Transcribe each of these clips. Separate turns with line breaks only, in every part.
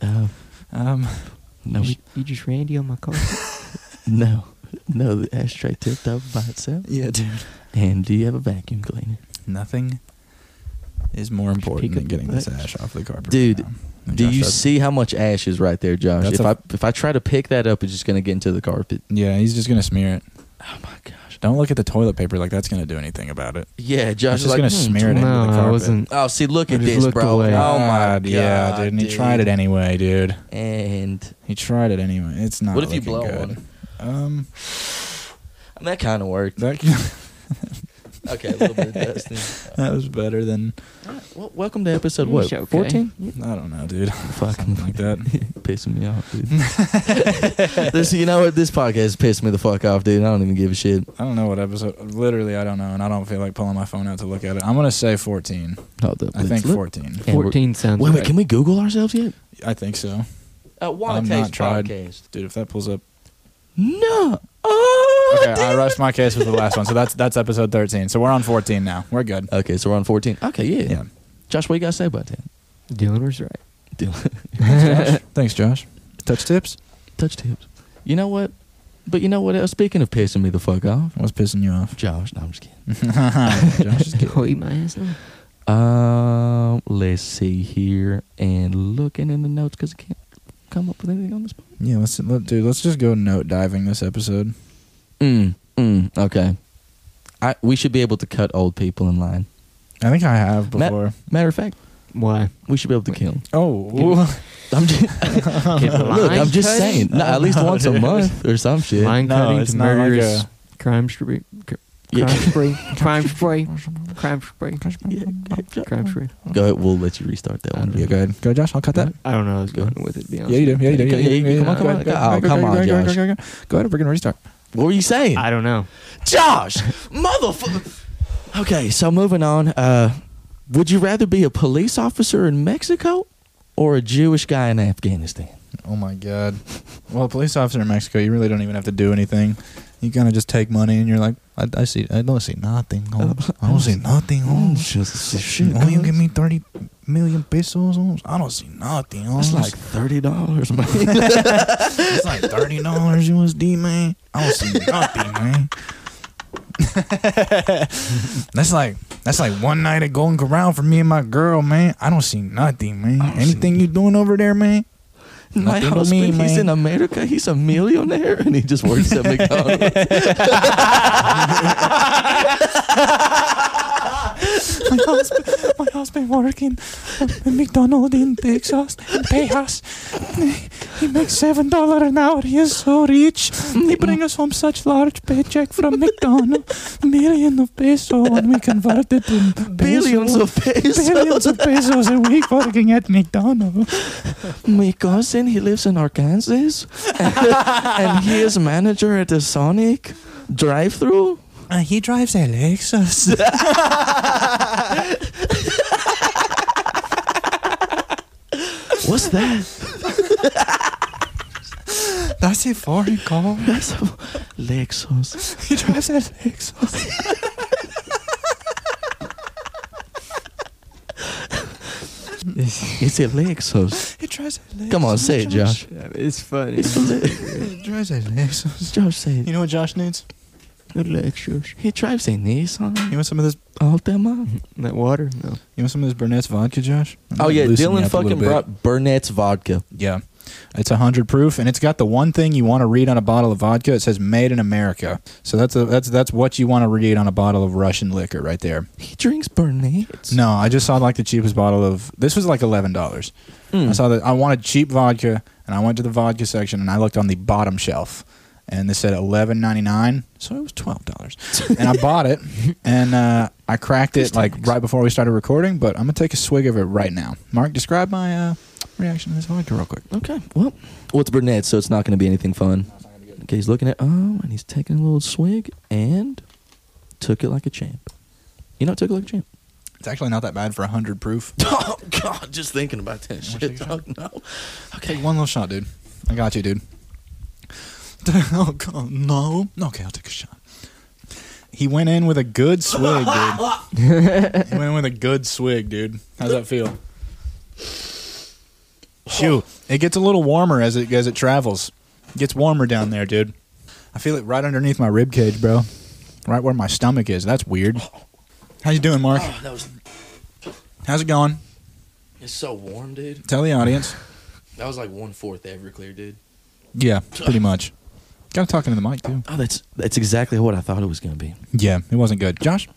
Uh,
Um,
no, we,
You, just, you just Randy on my car.
no, no. The ashtray tipped over by itself.
yeah, dude.
And do you have a vacuum cleaner?
Oh Nothing is more important
pick
than
up
getting
the
this
bags.
ash off the carpet.
Dude,
right now. And
do
Josh
you
does-
see how much ash is right there, Josh?
That's
If
a-
I if I try to pick that up, it's just gonna get into the carpet.
Yeah, he's just gonna smear it.
Oh my gosh.
Don't look at the toilet paper like that's gonna do anything about it.
Yeah, Josh
That's
is
just
like
gonna
"Hmm,
smear it into the
no,
carpet.
I wasn't.
Oh, see, look
I
at
just
this,
looked
bro.
away.
Oh my
God,
god,
Yeah, dude. And he tried it anyway, dude.
And
He tried it anyway. It's not.
What if you
looking
blow on
good.
it?
Um,
that kind of worked.
that
Okay, a little bit of dust.
that was better than
Well, welcome to episode what?
It's okay.
Fourteen?
I don't know, dude.
Fucking
Something like that.
pissing me off, dude. this, you know what? This podcast pissed me the fuck off, dude. I don't even give a shit.
I don't know what episode. Literally, I don't know, and I don't feel like pulling my phone out to look at it. I'm gonna say 14.
Hold up,
I think
let's look.
14.
And we're-
Fourteen sounds.
Wait, wait.
right.
Can we Google ourselves yet?
I think so,
Uh,
I'm
Wanna
not
Taste
tried.
podcast.
dude. If that pulls up,
No. Oh.
okay. I
dude.
rushed my case with the last one, so that's that's episode 13. So we're on 14 now. We're good.
Okay, so we're on fourteen. Okay, yeah.
Yeah.
Josh, what you got to say about that?
Dylan was right.
Thanks, Josh. Thanks, Josh. Touch tips.
Touch tips. You know what? But you know what? else? Speaking of pissing me the fuck off,
What's pissing you off?
Josh. No, I'm just kidding.
Josh is
Go eat my ass now.
Um, let's see here and looking in the notes because I can't come up with anything on the spot.
Yeah, let's let, dude. Let's just go note diving this episode.
Mm, mm, okay. I we should be able to cut old people in line.
I think I have
Matt-
before.
Matter of fact,
Why?
we should be able to kill. 'em.
oh,
I'm just,
Get
Uh-huh. look, I'm just
cutting? Uh-huh.
saying. No, at least once a month or some shit.
Line
No,
cutting
it's
to
not like
murderous
a-
crime spree.
Yeah.
Crime spree. Crime spree. Crime spree.
Yeah.
Crime spree.
Go ahead. We'll let you restart that one.
yeah, go ahead. Go, Josh. I'll cut that.
I don't know. I was going with it. To be honest.
Yeah, you do. Yeah, you do. Yeah,
Okay,
you do.
come on, come on.
Go ahead, go
Oh,
ahead, go
come
ahead,
on,
go ahead,
Josh.
Go ahead, go ahead. Go ahead. We're gonna restart.
What were you saying?
I don't know.
Josh, motherfucker. Okay, so moving on. Uh, would you rather be a police officer in Mexico or a Jewish guy in Afghanistan?
Oh my god. Well, a police officer in Mexico, you really don't even have to do anything. You kind of just take money, and you're like, I, I see, I don't see nothing. Holmes. I don't see nothing. Holmes.
just
Oh, you give me thirty million pesos. Holmes? I don't see nothing.
That's
Holmes.
like thirty dollars, man.
It's like thirty dollars USD, man. I don't see nothing, man. that's like that's like one night at Golden Corral for me and my girl, man. I don't see nothing, man.
I don't see
Anything you doing over there, man?
My
Nothing to
husband,
me,
he's
man.
in America. He's a millionaire, and he just works at McDonald's.
My husband, my husband working at McDonald's in Texas, in Texas. He makes seven dollars an hour. He is so rich. He brings us home such large paycheck from McDonald's, million of peso, and we convert it to
Billions of
billions
pesos.
of pesos a week working at McDonald's.
My cousin, he lives in Arkansas, and, and he is manager at the Sonic drive-through.
And he drives a Lexus.
What's that?
That's a foreign car.
That's a Lexus.
He drives a Lexus.
It's a Lexus.
He drives a Lexus.
Come on, say it, Josh.
It's funny.
It's a Le-
He drives a Lexus.
Josh, say
You
it.
know what Josh needs?
Good Lexus. He drives a Nissan
You want some of this?
Altima.
that water. No.
You want some of this Burnett's vodka, Josh? I'm
Oh
gonna
yeah,
loosen you
Dylan
up a little
fucking
bit.
brought Burnett's vodka.
Yeah, it's a hundred proof, and it's got the one thing you want to read on a bottle of vodka. It says "Made in America," so that's a, that's that's what you want to read on a bottle of Russian liquor right there.
He drinks Burnett's.
No, I just saw like the cheapest bottle of this was like eleven dollars.
Mm.
I saw that I wanted cheap vodka, and I went to the vodka section and I looked on the bottom shelf, and they said eleven ninety nine, so it was twelve dollars, and I bought it, and uh, I cracked it like right before we started recording. But I'm gonna take a swig of it right now. Mark, describe my uh, reaction to this vodka real quick.
Okay. Well, well, it's Burnett's, so it's not going to be anything fun. Okay, he's looking at oh, and he's taking a little swig and took it like a champ. You know, took it like a champ.
It's actually not that bad for hundred proof.
Oh God, just thinking about that Oh,
shit, dog,
no.
Take one little shot, dude. I got you, dude. oh God, no. Okay, I'll take a shot. He went in with a good swig, dude. he went in with a good swig, dude. How's that feel? Phew. It gets a little warmer as it as it travels. It gets warmer down there, dude. I feel it right underneath my rib cage, bro. Right where my stomach is. That's weird. How you doing, Mark?
Oh, that was,
How's it going?
it's so warm, dude.
Tell the audience.
That was like one fourth Everclear, dude.
Yeah, pretty much. Got to talk into the mic too.
Oh, that's that's exactly what I thought it was gonna be.
Yeah, it wasn't good. Josh,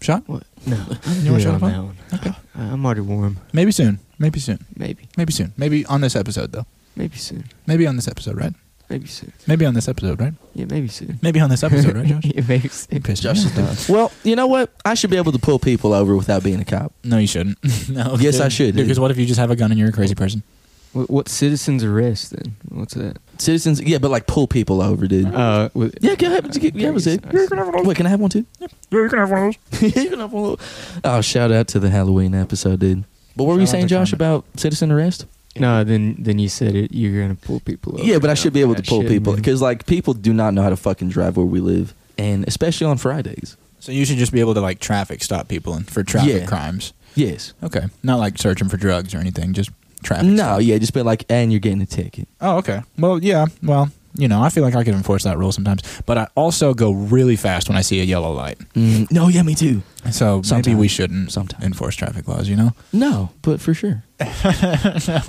shot.
What? No.
You want to shut up?
on
huh?
that one. I- I'm already warm.
Maybe soon. Maybe soon.
Maybe.
Maybe soon. Maybe on this episode though.
Maybe soon.
Maybe on this episode, right?
Maybe soon.
Maybe on this episode, right?
Yeah, maybe soon.
Maybe on this episode, right, Josh?
yeah, maybe soon.
Pissed me
Josh is
off, dude.
done. Well, you know what? I should be able to pull people over without being a cop.
No, you shouldn't. no.
Yes,
dude.
I should, dude.
Because what if you just have a gun and you're a crazy person?
What, what citizen's arrest then? What's that?
Citizens, yeah, but like pull people over, dude.
Uh, with,
yeah, go ahead. Yeah, yeah, was it? Wait, can I have one too?
Yeah, you can have one of those.
you can have one. little- Oh, shout out to the Halloween episode, dude. But what were you
Shout out
saying,
to
Josh,
Kermit.
about citizen arrest?
No, then then you said it. You're gonna pull people over.
Yeah, but I should be able to
That
pull
shit,
people
man.
because like people do not know how to fucking drive where we live, and especially on Fridays.
So you should just be able to like traffic stop people and for traffic
Yeah.
crimes.
Yes.
Okay, not like searching for drugs or anything. Just traffic.
No.
stop.
Yeah. Just be like, and you're getting a ticket.
Oh, okay. Well, yeah. Well, you know, I feel like I could enforce that rule sometimes, but I also go really fast when I see a yellow light.
Mm, no. Yeah. Me too.
So maybe
Sometimes.
we shouldn't
Sometimes.
enforce traffic laws. You know,
No, but for sure,
No,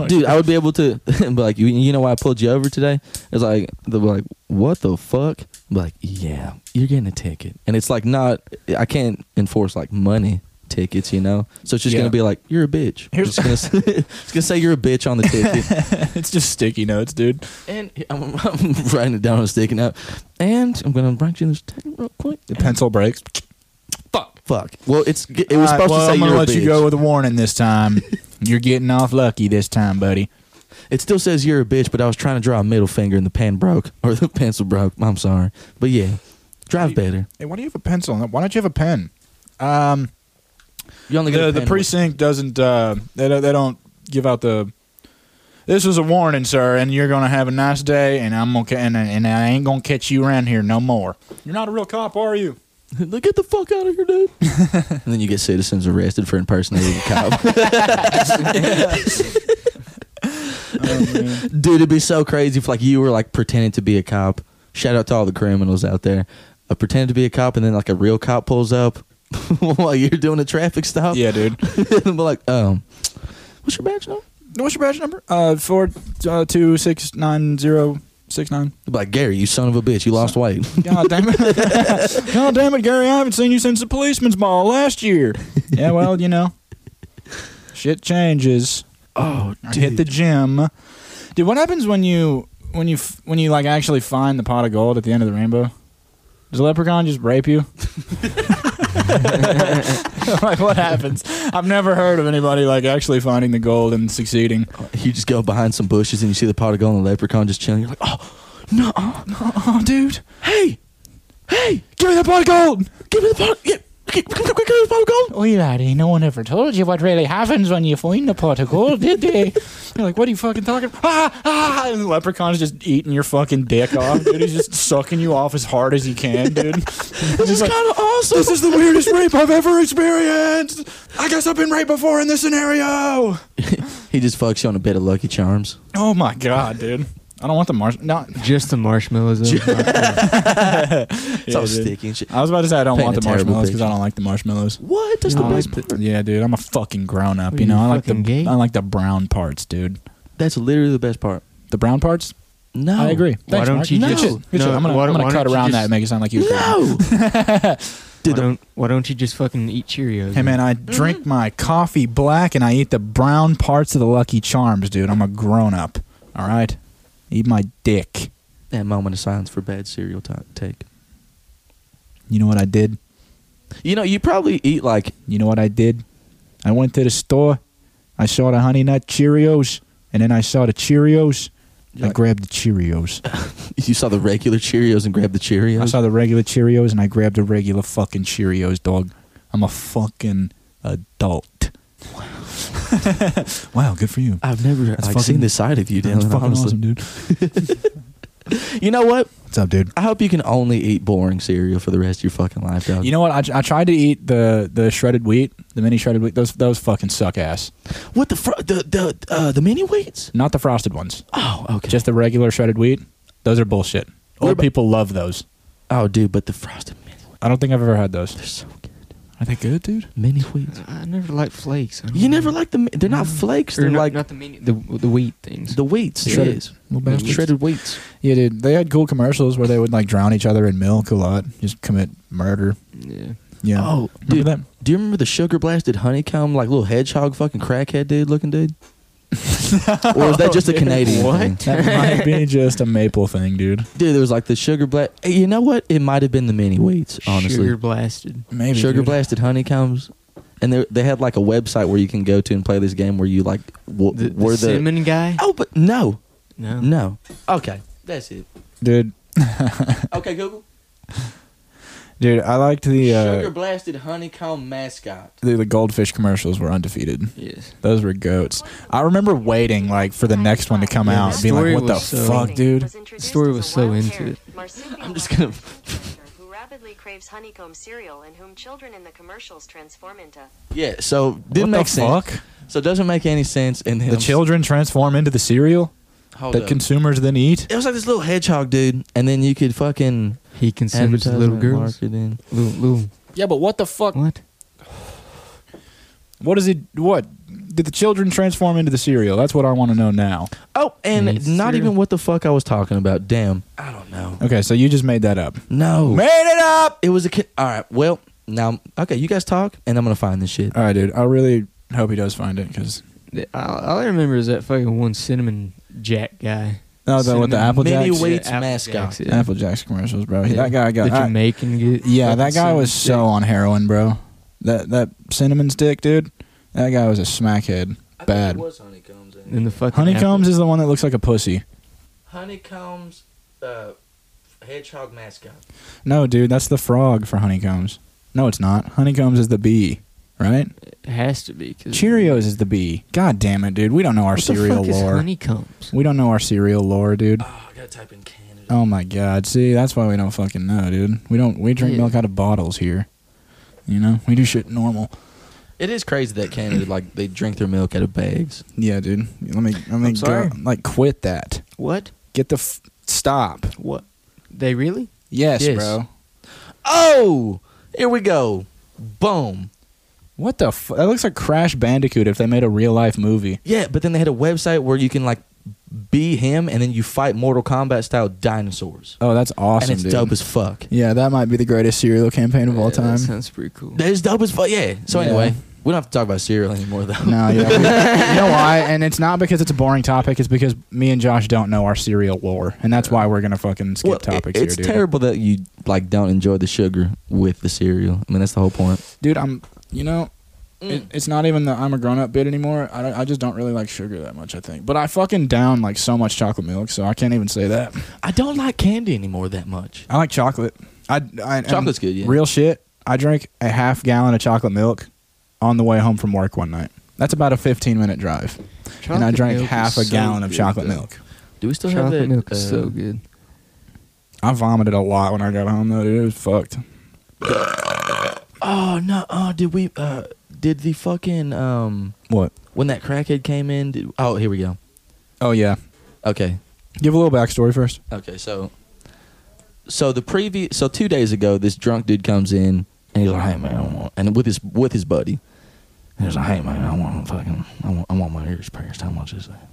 dude. I would be able to. be like, you, you know why I pulled you over today? It's like they're like, what the fuck? I'm like, yeah, you're getting a ticket, and it's like not. I can't enforce like money tickets, you know. So it's just
Yeah.
gonna be like, you're a bitch. Here's
Here's-
just gonna, s- it's gonna say you're a bitch on the ticket.
it's just sticky notes, dude.
And I'm, I'm writing it down on a stick and out. And I'm gonna write you this ticket real quick.
The pencil breaks.
Fuck. Fuck. Well, it's it was
All right,
supposed
well,
to say
I'm gonna
you're a
let
bitch.
you go with a warning this time. you're getting off lucky this time, buddy.
It still says you're a bitch, but I was trying to draw a middle finger and the pen broke or the pencil broke. I'm sorry, but yeah, drive better.
Hey, why do you have a pencil? Why don't you have a pen? Um,
You only
the,
got
the precinct doesn't uh, they, don't- they don't give out the this was a warning sir and you're gonna have a nice day and i'm okay and, and i ain't gonna catch you around here no more you're not a real cop are you
Like, Get the fuck out of here, dude. and then you get citizens arrested for impersonating a cop. dude, it'd be so crazy if like you were like pretending to be a cop. Shout out to all the criminals out there. Uh, pretending to be a cop, and then like a real cop pulls up while you're doing a traffic stop.
yeah dude
and be like, um, what's your badge number?
what's your badge number uh four uh, two six nine zero six nine
They'll be like, Gary, you son of a bitch, you lost weight.
god damn it god damn it gary i haven't seen you since the policeman's ball last year yeah well you know shit changes
oh,
I hit the gym. Dude, what happens when you when you f- when you like actually find the pot of gold at the end of the rainbow? Does a leprechaun just rape you? like what happens? I've never heard of anybody like actually finding the gold and succeeding.
You just go behind some bushes and you see the pot of gold and the leprechaun just chilling. You're like, oh, no,
Oh, dude,
hey, hey,
give me the pot of gold.
give me the pot, yeah, give, give, give, give me the pot of gold.
Oi, laddie, no one ever told you what really happens when you find the pot of gold, did they? You're like, what are you fucking talking? Ah, ah! And the leprechaun's just eating your fucking dick off, dude. He's just sucking you off as hard as he can, dude.
This is
like,
kind of awesome.
is the weirdest rape I've ever experienced. I guess I've been raped before in this scenario.
he just fucks you on a bed of Lucky Charms.
Oh my god, dude. I don't want the marsh. No,
Just the marshmallows. though.
It's all sticky and shit.
I was about to say I don't
Painting
want the
a terrible
marshmallows because
picture.
I don't like the marshmallows. Um,
What? That's
No,
the
I
best
like
part.
Yeah, dude, I'm a fucking grown up.
Well,
You know,
you
I like the
fucking gay.
I like the brown parts, dude.
That's literally the best part.
The brown parts.
No,
I agree.
Why
Thanks,
don't
Mark.
you
Good
just-
shit. Good
no,
shit. I'm gonna,
why-
I'm gonna
why
cut
don't you
around that
just-
and make it sound like you. were pregnant.
No,
why,
dude. the-
don't, why don't you just fucking eat Cheerios?
Hey man, I drink my coffee black and I eat the brown parts of the Lucky Charms, dude. I'm a grown up. All right, eat my dick.
That moment of silence for bad cereal t- take.
You know what I did?
You know, you probably eat like
You know what I did? I went to the store. I saw the Honey Nut Cheerios, and then I saw the Cheerios. I
Like-
grabbed the Cheerios.
you saw the regular Cheerios and grabbed the Cheerios.
I saw the regular Cheerios, and I grabbed the regular fucking Cheerios, dog. I'm a fucking adult. Wow, good for you.
I've never
That's
like,
fucking-
seen this side of you,
That's
Dylan.
fucking
honestly.
awesome, dude.
You know what?
What's up, dude?
I hope you can only eat boring cereal for the rest of your fucking life, dog.
You know what? I, I tried to eat the the shredded wheat, the mini shredded wheat. Those those fucking suck ass.
what the fr- the the uh, the mini wheats?
Not the frosted ones.
Oh, okay.
Just the regular shredded wheat. Those are bullshit.
What
Old
about-
people love those.
oh, dude, but the frosted mini wheats,
I don't think I've ever had those.
they're so good.
Are they good, dude?
Mini wheats.
Uh, I never liked flakes. I don't
You
know.
never like the. They're not
Mm.
flakes.
Or
They're
not,
like
not the mini, the the wheat things.
the wheats.
The
it
shredded-
is.
Little
bastards.
Shredded wheats.
Yeah, dude. They had cool commercials where they would like drown each other in milk a lot, just commit murder.
yeah.
Yeah.
Oh,
Remember
dude,
that?
do you remember the sugar blasted honeycomb like little hedgehog fucking crackhead dude looking dude? or is that just a Canadian
Oh, What?
thing?
That might be just a maple thing, dude.
Dude, there was like the sugar blast. you know what? It might have been the mini wheats. Honestly,
Sugar blasted.
Maybe
sugar
dude.
blasted honeycombs and they they had like a website where you can go to and play this game where you like w-
The,
were
the cinnamon guy?
oh but no
No.
no okay that's it
Dude,
okay google
dude, I liked the uh,
sugar blasted honeycomb mascot
the, the goldfish commercials were undefeated.
Yes.
Those were goats. I remember waiting like for the next one to come
Yeah,
out,
the
and being like,
story
"What the
was so-
fuck, dude?"
Story was so into it.
I'm just gonna-
Who rapidly craves honeycomb cereal and whom children in the commercials transform into.
yeah so didn't
what
make
the
sense
fuck?
so it doesn't make any sense and then
The children transform into the cereal
Oh,
that
that
consumers then eat.
it was like this little hedgehog dude and then you could fucking
He consumes
advertise
little
it,
girls.
marketing.
Little, little.
Yeah, but what the fuck?
What?
What is it? What did the children transform into the cereal? That's what I want to know now.
oh and
Needs
not
cereal.
even what the fuck I was talking about damn I don't know
Okay, so you just made that up.
no
Made it up.
it was a kid all right well now okay you guys talk and I'm gonna find this shit
All right, dude. I really hope he does find it because
The- All, all I remember is that fucking one cinnamini jack guy.
no, the, with the
Cinnamon
Apple
Mini
Jacks,
Wheat- Wheats
Apple
mascot.
Jacks, yeah.
Apple Jacks commercials, bro.
Yeah.
That guy got
the
I-
Jamaican dude.
Yeah, that
Fucking
guy was so
cinnamon
on heroin, bro. That that cinnamon stick, dude. That guy was a smackhead. Bad.
honeycombs.
jack. And the fucking
Honeycombs
apple.
is the one that looks like a pussy.
honeycombs, uh, hedgehog mascot.
No, dude, that's the frog for honeycombs. No, it's not. Honeycombs is the bee, right?
It has to be. 'cause-
Cheerios is the bee. God damn it, dude. We don't know our
What the
cereal
fuck is Uh.
lore.
honeycombs.
We don't know our cereal lore, dude.
Oh, I gotta type in Canada.
Oh my god. See, that's why we don't fucking know, dude. We don't we drink
Yeah.
milk out of bottles here. You know? We do shit normal.
It is crazy that Canada like they drink their milk out of bags.
Yeah, dude. Let me let me go,
I'm sorry.
like quit that.
What?
Get the f- stop.
What? They really?
Yes,
Yes.
bro.
Oh, here we go. Boom.
What the? F- that looks like Crash Bandicoot if they made a real life movie.
Yeah, but then they had a website where you can like be him and then you fight Mortal Kombat style dinosaurs.
Oh, that's awesome,
and it's
dude.
dope as fuck.
yeah, that might be the greatest serial campaign of
Yeah,
all
that
time.
sounds pretty cool.
That is dope as fuck. Yeah. So
Yeah.
anyway, we don't have to talk about cereal anymore though.
no, yeah, we- you know why? And it's not because it's a boring topic. It's because me and Josh don't know our serial lore, and that's why we're gonna fucking skip
Well, it-
topics
it's
here, dude.
terrible that you like don't enjoy the sugar with the cereal. I mean, that's the whole point.
Dude, I'm. You know,
Mm.
it, it's not even the I'm a grown up bit anymore. I, don't, I just don't really like sugar that much. I think, but I fucking down like so much chocolate milk, so I can't even say that.
I don't like candy anymore that much.
I like chocolate. I, I and
Chocolate's good, yeah.
Real shit. I drank a half gallon of chocolate milk on the way home from work one night. That's about a 15 minute drive. and I
Chocolate
drank
milk
half
is
a
so
gallon of
good,
chocolate
though.
milk.
Do we still have
Chocolate
that?
milk is
uh,
so good.
I vomited a lot when I got home though, dude. It was fucked.
Oh no! Oh, did we? Uh, did the fucking um
What?
when that crackhead came in? Did, oh, here we go.
Oh yeah.
Okay,
Give a little backstory first.
okay. So, so the previous, so two days ago, this drunk dude comes in and he's like, "Hey man, I want," and with his with his buddy, and he's like, "Hey man, I want fucking, I want, I want my ears pierced. How much is that?"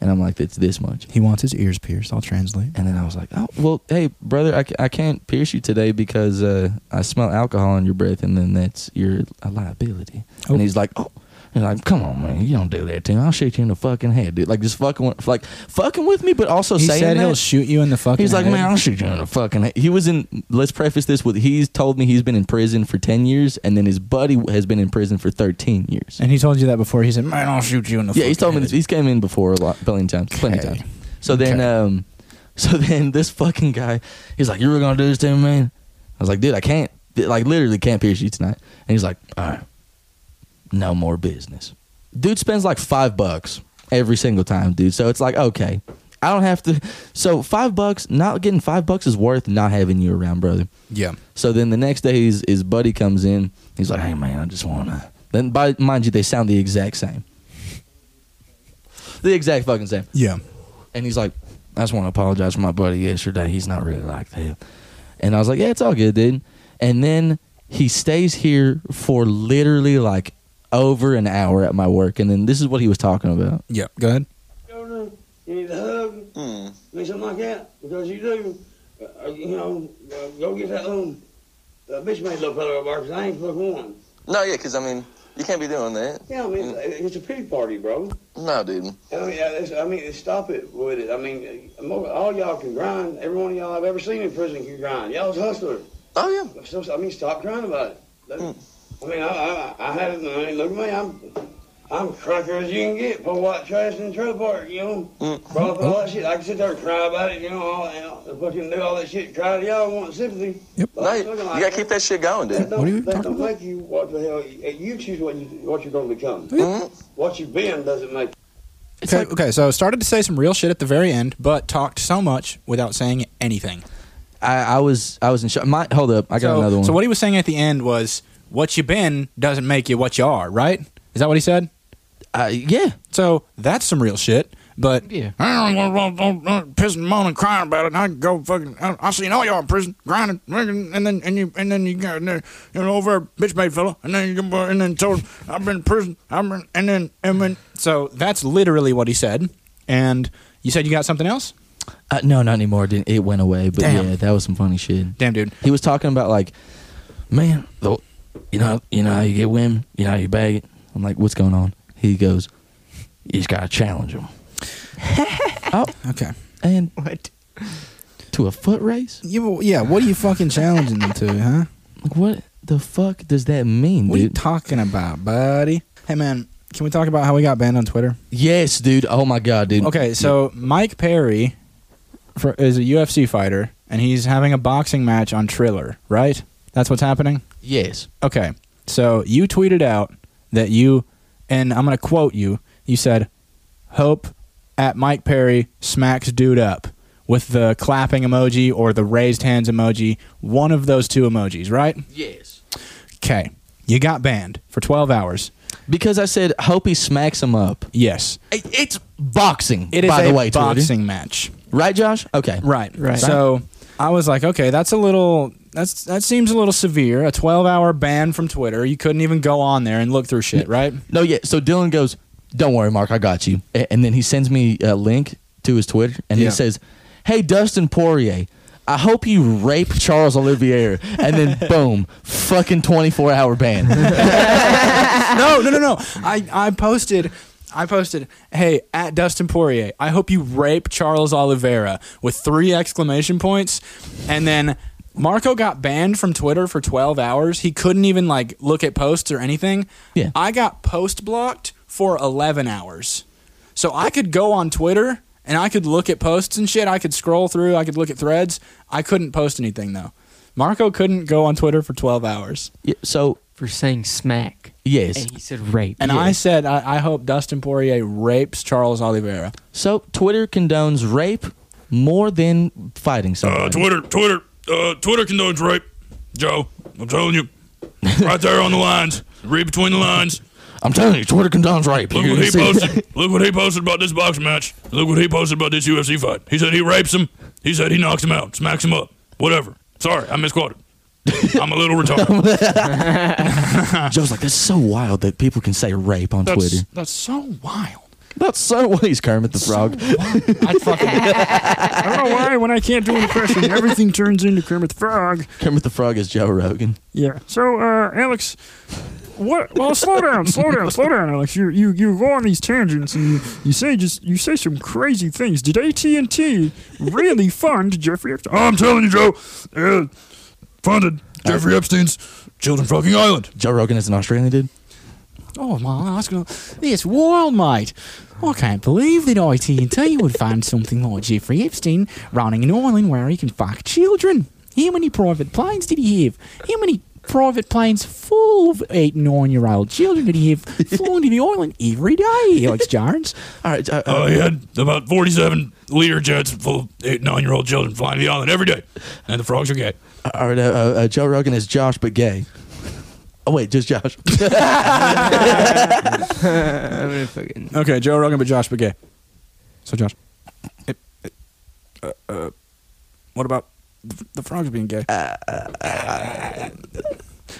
And I'm like, "It's this much."
He wants his ears pierced. I'll translate.
And then I was like, oh, well, hey, brother, I, ca- I can't pierce you today because uh, I smell alcohol in your breath, and then that's your a liability.
Oh.
And he's like, oh. And like, come on, man, you don't do that to me. I'll shoot you in the fucking head, dude. Like, just fucking, with, like, fucking with me, but also
he
saying
said
that.
he'll shoot you in the fucking.
he's like,
head.
man, I'll shoot you in the fucking head. He was in. Let's preface this with he's told me he's been in prison for ten years, and then his buddy has been in prison for thirteen years.
And he told you that before. He said, man, I'll shoot you in the.
Yeah, he's
fucking
told me
head.
this, he's came in before a lot, plenty of times, plenty of
Okay.
times. So then, um, so then this fucking guy, he's like, "You were gonna do this to me, man." I was like, "Dude, I can't, like, literally can't pierce you tonight." And he's like, "All right, no more business." Dude spends like five bucks every single time, dude. So it's like, okay, I don't have to. So five bucks, not getting five bucks is worth not having you around, brother.
Yeah.
So then the next day, his his buddy comes in. He's like, "Hey man, I just wanna." Then, by, mind you, they sound the exact same. The exact fucking same.
Yeah.
And he's like, I just want to apologize for my buddy yesterday. He's not really like that. And I was like, Yeah, it's all good, dude. And then he stays here for literally like over an hour at my work. And then this is what he was talking about.
Yeah. Go ahead.
shoulder, you need a hug,
Mm.
I mean, something like that, because you do, uh, you know, uh, go get that little uh, bitch made little fellow over there, 'cause I ain't fucking one.
No, yeah, because I mean, you can't be doing that.
Yeah, I mean, it's, it's a pity party, bro.
No,
I
dude.
mean, uh, Mm. it's, I mean, stop it with it. I mean, uh, mo- all y'all can grind. Every one of y'all I've ever seen in prison can grind. Y'all's hustlers.
Oh yeah.
So, I mean, stop crying about it. Let-
Mm.
I mean, I, I, I had it. I mean, look at me. I'm, I'm cracker as you can get. Poor white trash in the trailer park, you know.
Mm.
Brought up all that shit. I can sit there and cry about it, you know. All, and all, fucking do all that shit. Cry to y'all. Want sympathy?
Yep.
But
No,
I'm
you,
looking
you
like
gotta keep that shit going,
That
dude.
don't,
What are you
that
talking
don't
about?
make you what the hell. You, you choose what you what you're going to become.
Hmm?
Mhm.
What you've been doesn't make.
Okay, okay, so started to say some real shit at the very end, but talked so much without saying anything.
I, I was I was in shock. My hold up, I got
so,
another one.
So what he was saying at the end was, "What you been doesn't make you what you are." Right? Is that what he said?
Uh, yeah,
So that's some real shit. But
Yeah.
I don't want to piss and moan and cry about it. And I go fucking. I, I seen all y'all in prison grinding, drinking, and then and you and then you got and then, you know over there, bitch made fella, and then you go and then told him, I've been in prison. I've been and then and then. So that's literally what he said. And you said you got something else?
uh, no, not anymore. It didn't- It went away. But
Damn.
yeah, that was some funny shit.
Damn, dude.
He was talking about like, man, the, you know, you know how you get women, you know how you bag it. I'm like, what's going on? He goes, you just gotta challenge them. oh,
Okay.
and
What?
to a foot race?
You, yeah. What are you fucking challenging them to, huh?
Like, what the fuck does that mean,
What are you
dude?
talking about, buddy? Hey, man. Can we talk about how we got banned on Twitter?
yes, dude. Oh my god, dude.
Okay, so Mike Perry for, is a UFC fighter, and he's having a boxing match on Triller, right? That's what's happening?
Yes.
Okay, so you tweeted out that you, and I'm going to quote you, you said, Hope at Mike Perry smacks dude up with the clapping emoji or the raised hands emoji, one of those two emojis, right?
Yes.
Okay, you got banned for 12 hours.
Because I said, hope he smacks him up.
Yes.
I- It's boxing.
It is
by
a
the way, Tweety.
boxing match.
Right, Josh? Okay.
Right,
Right.
So I was like, okay, that's a little that's that seems a little severe. A 12-hour ban from Twitter. You couldn't even go on there and look through shit, right?
No, yeah. So Dylan goes, "Don't worry, Mark, I got you." A- And then he sends me a link to his Twitter, and
Yeah.
he says, "Hey, Dustin Poirier." I hope you rape Charles Olivier and then boom, fucking 24 hour ban.
no, no, no, no. I I posted I posted, "Hey, at Dustin Poirier, I hope you rape Charles Oliveira" with three exclamation points and then Marco got banned from Twitter for 12 hours. He couldn't even like look at posts or anything.
Yeah.
I got post blocked for 11 hours. So I could go on Twitter and I could look at posts and shit. I could scroll through. I could look at threads. I couldn't post anything though. Marco couldn't go on Twitter for 12 hours.
Yeah, so
For saying smack.
yes,
And he said rape.
And I said, I, I hope Dustin Poirier rapes Charles Oliveira.
so Twitter condones rape more than fighting somebody.
Twitter, Twitter, uh, Twitter condones rape. Joe, I'm telling you, right there on the lines. Read between the lines.
I'm telling you, Twitter condones rape.
Look
You're
what
gonna
he
see-
posted. Look what he posted about this boxing match. Look what he posted about this UFC fight. He said he rapes him. He said he knocks him out, smacks him up, whatever. Sorry, I misquoted. I'm a little retarded.
Joe's like, that's so wild that people can say rape on
That's,
Twitter.
that's so wild.
That's so wild. He's Kermit the Frog.
I fucking. I don't know why when I can't do an impression, everything turns into Kermit the Frog.
Kermit the Frog is Joe Rogan.
Yeah. So, uh, Alex, what? Well, slow down, slow down, slow down, Alex. You you you go on these tangents and you, you say just you say some crazy things. Did AT and T really fund Jeffrey Epstein? Oh,
I'm telling you, Joe, uh, funded Jeffrey Epstein's Children Fucking Island.
Joe Rogan is an Australian dude.
Oh my, that's gonna, it's wild, mate. I can't believe that IT&T would find something like Jeffrey Epstein running an island where he can fuck children. How many private planes did he have? How many
private planes full of eight, nine year old children that he have flown to the island every day, Alex Jones.
All right, uh,
Uh, he had about 47 leader jets full of eight, nine year old children flying the island every day. And the frogs are gay.
uh, all right. Uh, uh, Joe Rogan is Josh, but gay. Oh wait, just Josh.
I'm gonna fucking.
Okay, Joe Rogan, but Josh Begay. So Josh, it, it, uh, uh, what about the, the frogs being gay? uh,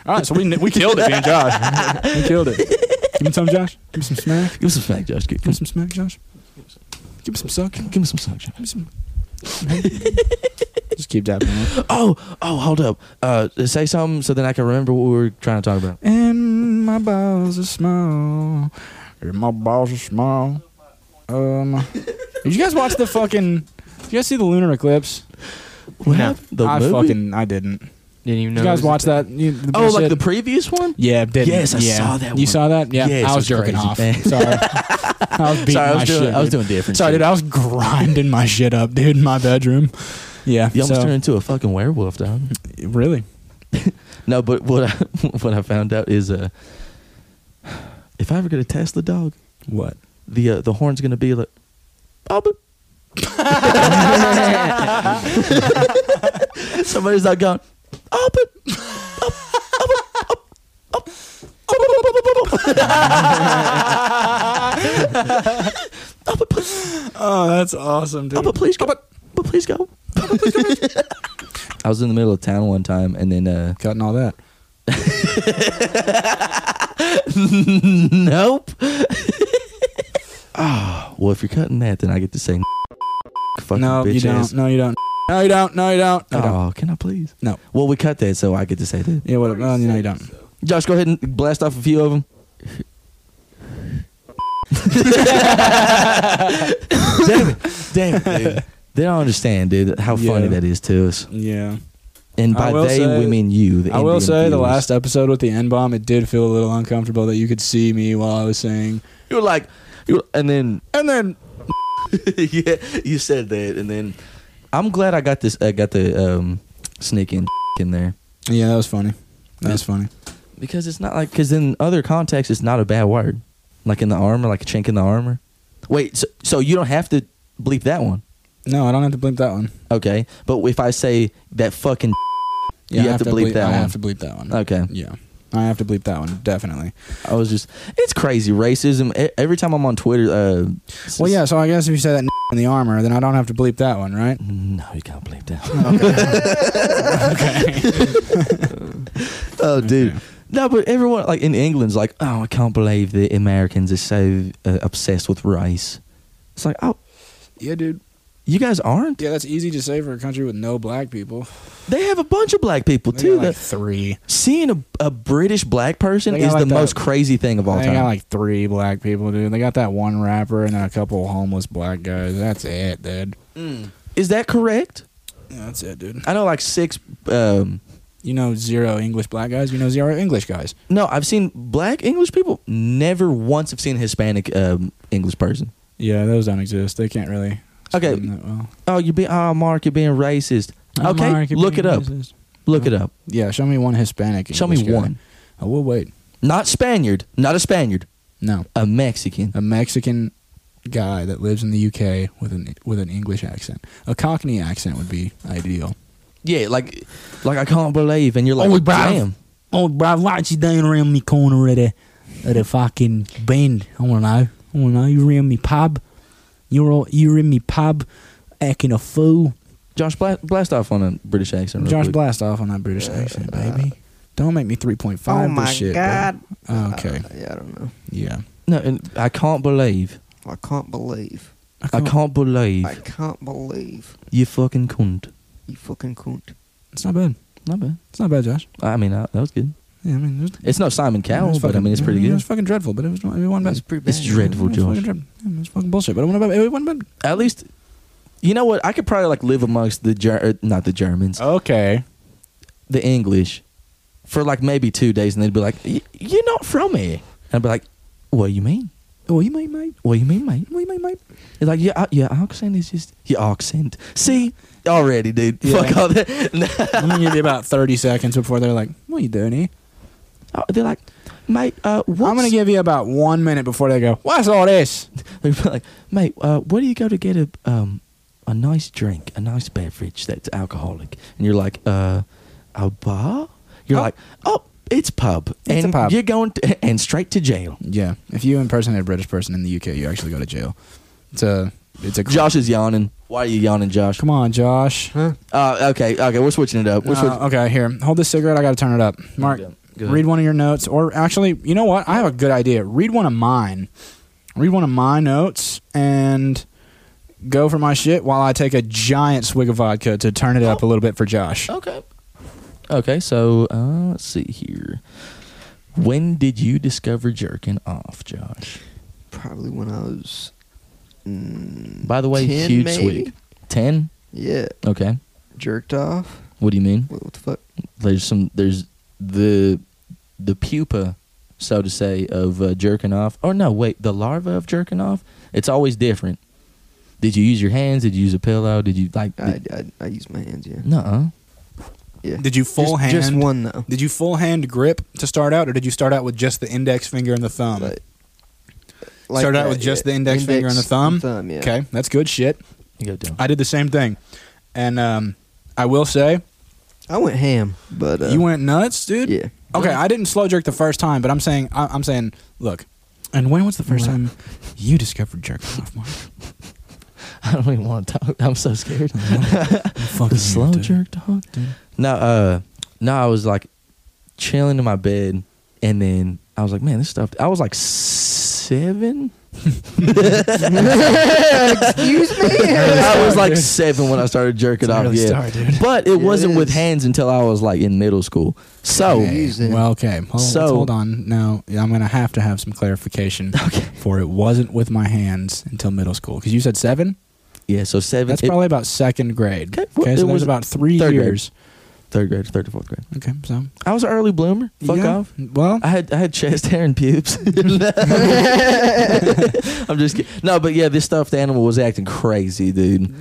All right, so we we killed it, me and Josh. we killed it. Give me some, Josh. Give me some smack.
Give us some smack, Josh. Give,
Give me
give,
some smack, Josh. Give me some suck. Give
give me some suction.
me some. Just keep dabbing. man.
Oh, oh, hold up. Uh, say something so then I can remember what we were trying to talk about.
And my balls are small. And my balls are small. Um, did you guys watch the fucking? Did you guys see the lunar eclipse?
What
No.
happened? The
I
movie?
fucking I didn't.
Didn't even know.
you
it
guys
was a
watch
thing.
that? You, the
Oh, like
bullshit?
the previous one?
yeah, didn't.
Yes, I
yeah.
saw that
You
one.
saw that? Yeah,
Yes,
I
it
was
was
jerking
crazy,
off.
man.
Sorry, I was beating
Sorry, I
my
was doing
shit.
I was
dude.
doing different.
Sorry,
shit.
dude, I was grinding my shit up, dude, in my bedroom. Yeah,
You almost
so-
turned into a fucking werewolf, dog.
really.
No, but what I, what I found out is, uh, if I ever get a Tesla dog,
What?
the uh, the horn's gonna be like, oh, but. Somebody's not going. Oh, but.
Oh, that's awesome, dude.
but please go. But, please go. I was in the middle of town one time, and then uh,
Cutting all that.
nope. Ah, well, if you're cutting that, then I get to say fucking
no,
bitch
you don't.
ass.
No, you don't. No, you don't. No, you don't. No, you don't.
Oh, can I please?
No.
Well, we cut that, so I get to say that.
Yeah, what? No, no, you don't.
Josh, go ahead and blast off a few of them. damn it, damn it, dude. They don't understand, dude, how funny
Yeah.
that is to us.
Yeah.
And
I
by
will
they,
say-
we mean you. The
I will
NBN
say the
viewers.
last episode with the N bomb, it did feel a little uncomfortable that you could see me while I was saying,
you were like, you were, and then
and then
yeah, you said that, and then I'm glad I got this. I got the um, sneak in in there
yeah, that was funny. That was funny.
because it's not like because in other contexts it's not a bad word, like in the armor, like a chink in the armor. Wait, so, so you don't have to bleep that one,
No, I don't have to bleep that one.
okay? But if I say that fucking,
Yeah,
You
I
have to bleep that
I
one.
have to bleep that one.
okay,
Yeah, I have to bleep that one definitely.
I was just it's crazy racism. E- Every time I'm on Twitter, uh, s-
Well, yeah. So I guess if you say that in the armor, then I don't have to bleep that one, right?
No, you can't bleep that. oh, dude. No, but everyone like in England's like, oh, I can't believe the Americans are so uh, obsessed with race. It's like, oh,
Yeah, dude.
you guys aren't.
Yeah, that's easy to say for a country with no black people.
They have a bunch of black people
They
too.
got like
that-
three.
seeing a, a British black person
They got
is
like
the
the-
most crazy thing of all
They
time.
got like three black people, dude. They got that one rapper and then a couple homeless black guys. That's it, dude.
is that correct?
Yeah, that's it, dude.
I know like six. Um,
You know zero English black guys. You know zero English guys.
no, I've seen black English people. Never once have seen a Hispanic um, English person.
Yeah, those don't exist. They can't really.
Okay.
explain That well.
Oh, you be oh Mark, you're being racist. okay,
Oh, Mark, you're
look it
being
up.
racist.
Look it up.
Yeah, show me one Hispanic.
Show me
English guy.
one.
I will wait.
Not Spaniard. Not a Spaniard.
No,
A Mexican.
a Mexican guy that lives in the UK with an with an English accent. A Cockney accent would be ideal.
Yeah, like, like I can't believe. And you're like,
Oh, we brought
damn.
Oh, bruv, what you doing around me corner of the, of the fucking bend? I want to know. I want to know. You around me pub? You're all, you're in me pub acting a fool?
Josh Bla- blast off on a British accent. real
Josh
quick.
blast off on that British accent, baby. Don't make me three point
Oh
five. this shit, bro. Okay.
Yeah, I don't know.
Oh Yeah.
No, and I can't believe.
I can't believe.
I can't believe
I can't believe
you fucking cunt.
you fucking cunt.
It's not bad.
Not bad.
It's not bad, Josh.
I mean, I, that was good.
Yeah, I mean, it was,
It's no Simon
it
Cowell,
was
but I mean, it's pretty
It
good.
was fucking dreadful, but it was, it one bad.
That's pretty bad.
It's dreadful,
It was fucking
Josh.
dreadful. Yeah, It was fucking bullshit, but it wasn't bad. It wasn't bad.
At least, you know what? I could probably like live amongst the Ger- uh, not the Germans,
Okay.
the English for like maybe two days, and they'd be like, "Y- "You're not from here," and I'd be like, "What do you mean?"
What you mean, mate?
What do you mean, mate?
What you mean, mate?
It's like, yeah, your accent is just your accent. See, already, dude.
Yeah.
Fuck all that.
I mean, it'd be about 30 seconds before they're like, what are you doing here?
Oh, They're like, mate, uh, what's...
I'm going to give you about one minute before they go, what's all this?
They'd be like, mate, uh, where do you go to get a um a nice drink, a nice beverage that's alcoholic? And you're like, uh, a bar? You're
Oh.
like, oh, it's pub.
It's a
and
pub.
You're going to, and straight to jail.
Yeah. If you impersonate a British person in the UK, you actually go to jail. It's a, it's a,
Josh is yawning. Why are you yawning, Josh?
Come on, Josh.
Uh, okay, okay, we're switching it up. We're
Uh, okay, here. Hold this cigarette. I got to turn it up. Mark,
switching.
read one of your notes. Or actually, you know what? I have a good idea. Read one of mine. Read one of my notes and go for my shit while I take a giant swig of vodka to turn it up a little bit for Josh.
Okay. Okay, so uh, let's see here. When did you discover jerking off, Josh?
Probably when I was. Mm,
By the way,
10
huge
maybe?
swig. Ten.
Yeah,
Okay.
jerked off.
What do you mean?
What, what the fuck?
there's some there's the the pupa so to say of uh, jerking off or no wait the larva of jerking off it's always different did you use your hands did you use a pillow did you like
I, I, I used my hands, yeah.
no
yeah.
Did you full
just,
hand?
Just one, though.
Did you full hand grip to start out, or did you start out with just the index finger and the thumb?
Like-
Start out with just the index finger and the thumb?
Thumb, yeah.
Okay, that's good shit.
you go down
I did the same thing, and um, I will say
I went ham, but uh,
you went nuts, dude.
Yeah.
Okay, I didn't slow jerk the first time, but I'm saying I, I'm saying look. And when was the first time you discovered jerking off, Mark?
i don't even want to talk i'm so scared
Fucking
the slow
dude.
jerk dog
dude.
no uh no i was like chilling in my bed and then i was like man this stuff i was like seven
Excuse me.
I was like seven when I started jerking off.
early
Yeah,
start, dude.
but it
Yeah, it
wasn't with
is.
hands until I was like in middle school. So
Okay. Jeez, then.
well, okay. Hold,
So-
hold on. Now I'm gonna have to have some clarification. For it wasn't with my hands until middle school because you said seven.
yeah, so seven.
That's
it-
probably about second grade.
Okay,
Okay,
well,
so
it
it
was
was about three
third grade.
years.
third grade, third to fourth grade.
Okay, so
I was an early bloomer. Fuck
Yeah,
off.
Well,
I had I had chest hair and pubes. I'm just kidding. No, but yeah, this stuffed animal was acting crazy, dude.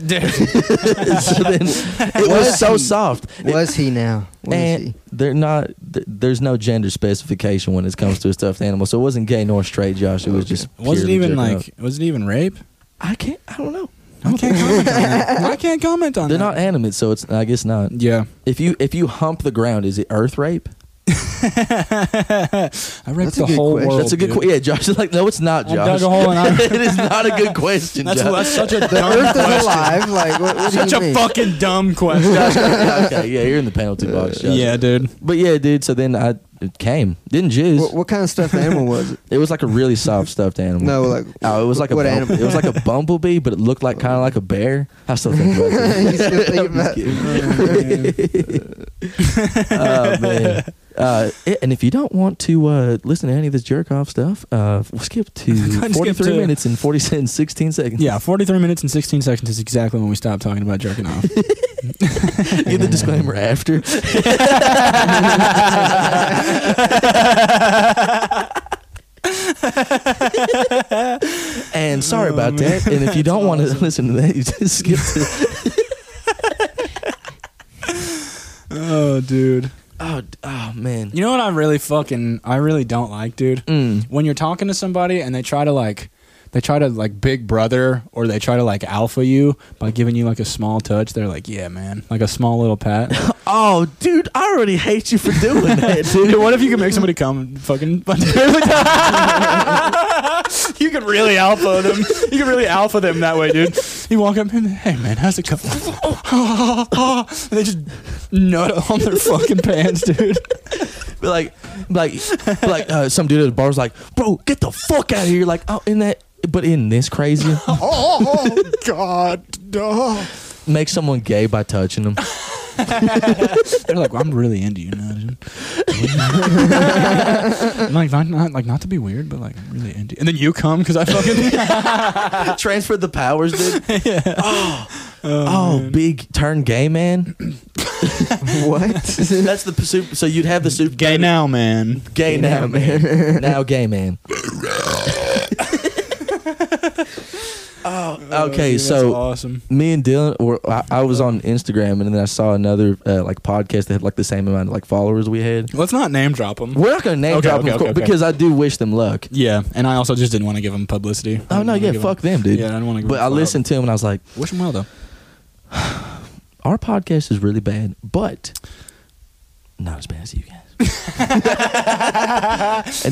So then- it was
Was
so
he-
soft. It-
Was he now? Was
and
he?
they're not. th- There's no gender specification when it comes to a stuffed animal, so it wasn't gay nor straight, Josh. It was just.
was it
purely
even
jerking
like?
off.
Was it even rape?
I can't. I don't know.
I can't comment on that. I can't comment on
They're
that.
not animate, so it's. I guess not.
Yeah.
If you if you hump the ground, is it earth rape?
I raped
a
the
good
whole
question.
world.
That's a good
dude.
question. Yeah, Josh is like, no, it's not,
I
Josh.
dug a hole and I-
it is not a good question,
That's,
Josh.
that's such a
The
dumb
Earth is
question.
alive. Like what? what
Such
do you
a
mean?
fucking dumb question.
Josh, yeah, okay, yeah, you're in the
Uh,
penalty box, Josh.
yeah, dude.
But yeah, dude. So then I it came, didn't jizz.
What, what kind of stuffed animal was it?
it was like a really soft stuffed animal.
No, like
Oh, it was like a
what
bum-
animal?
it was like a bumblebee, but it looked like kind of like a bear. I still think about it.
You still thinking about?
oh man. Uh, it- and if you don't want to uh, listen to any of this jerk off stuff, uh, we'll skip to
Skip
43
to-
minutes and 40 and 16 seconds.
Yeah, 43 minutes and 16 seconds is exactly when we stopped talking about jerking off.
Get the disclaimer after. and sorry about that. And if you don't want to listen to that, you just skip to.
oh, dude.
Oh, d- oh man.
You know what I really fucking I really don't like, dude?
Mm.
When you're talking to somebody and they try to like they try to like big brother or they try to like alpha you by giving you like a small touch. They're like, "Yeah, man." Like a small little pat.
Oh, dude, I already hate you for doing that, dude.
Dude, what if you could make somebody come and fucking You could really alpha them. You could really alpha them that way, dude. You walk up and hey man, how's it going? and they just nut on their fucking pants, dude.
But like, like, but like uh, some dude at the bar's like, bro, get the fuck out of here. Like, oh, in that, but in this crazy,
Oh god.
make someone gay by touching them.
They're like, well, I'm really into you now, dude. like not, not like not to be weird, but like I'm really into you. And then you come because I fucking
Transfer the powers, dude. Oh, big turn gay man.
What?
That's the super. So you'd have the super
gay now, man.
gay now man. now gay man. Oh, okay.
That's
So
awesome.
me and Dylan were I, I was on Instagram and then I saw another uh, like podcast that had like the same amount of like followers we had.
Let's not name drop them.
We're not gonna name
Okay,
drop
okay,
them of course,
okay, okay.
because I do wish them luck.
Yeah, and I also just didn't want to give them publicity.
Oh
I didn't
no,
wanna
yeah,
give
fuck
'em-
them, dude.
Yeah, I don't want to.
But I listened to him and I was like,
Wish them well though.
our podcast is really bad, but not as bad as you guys. and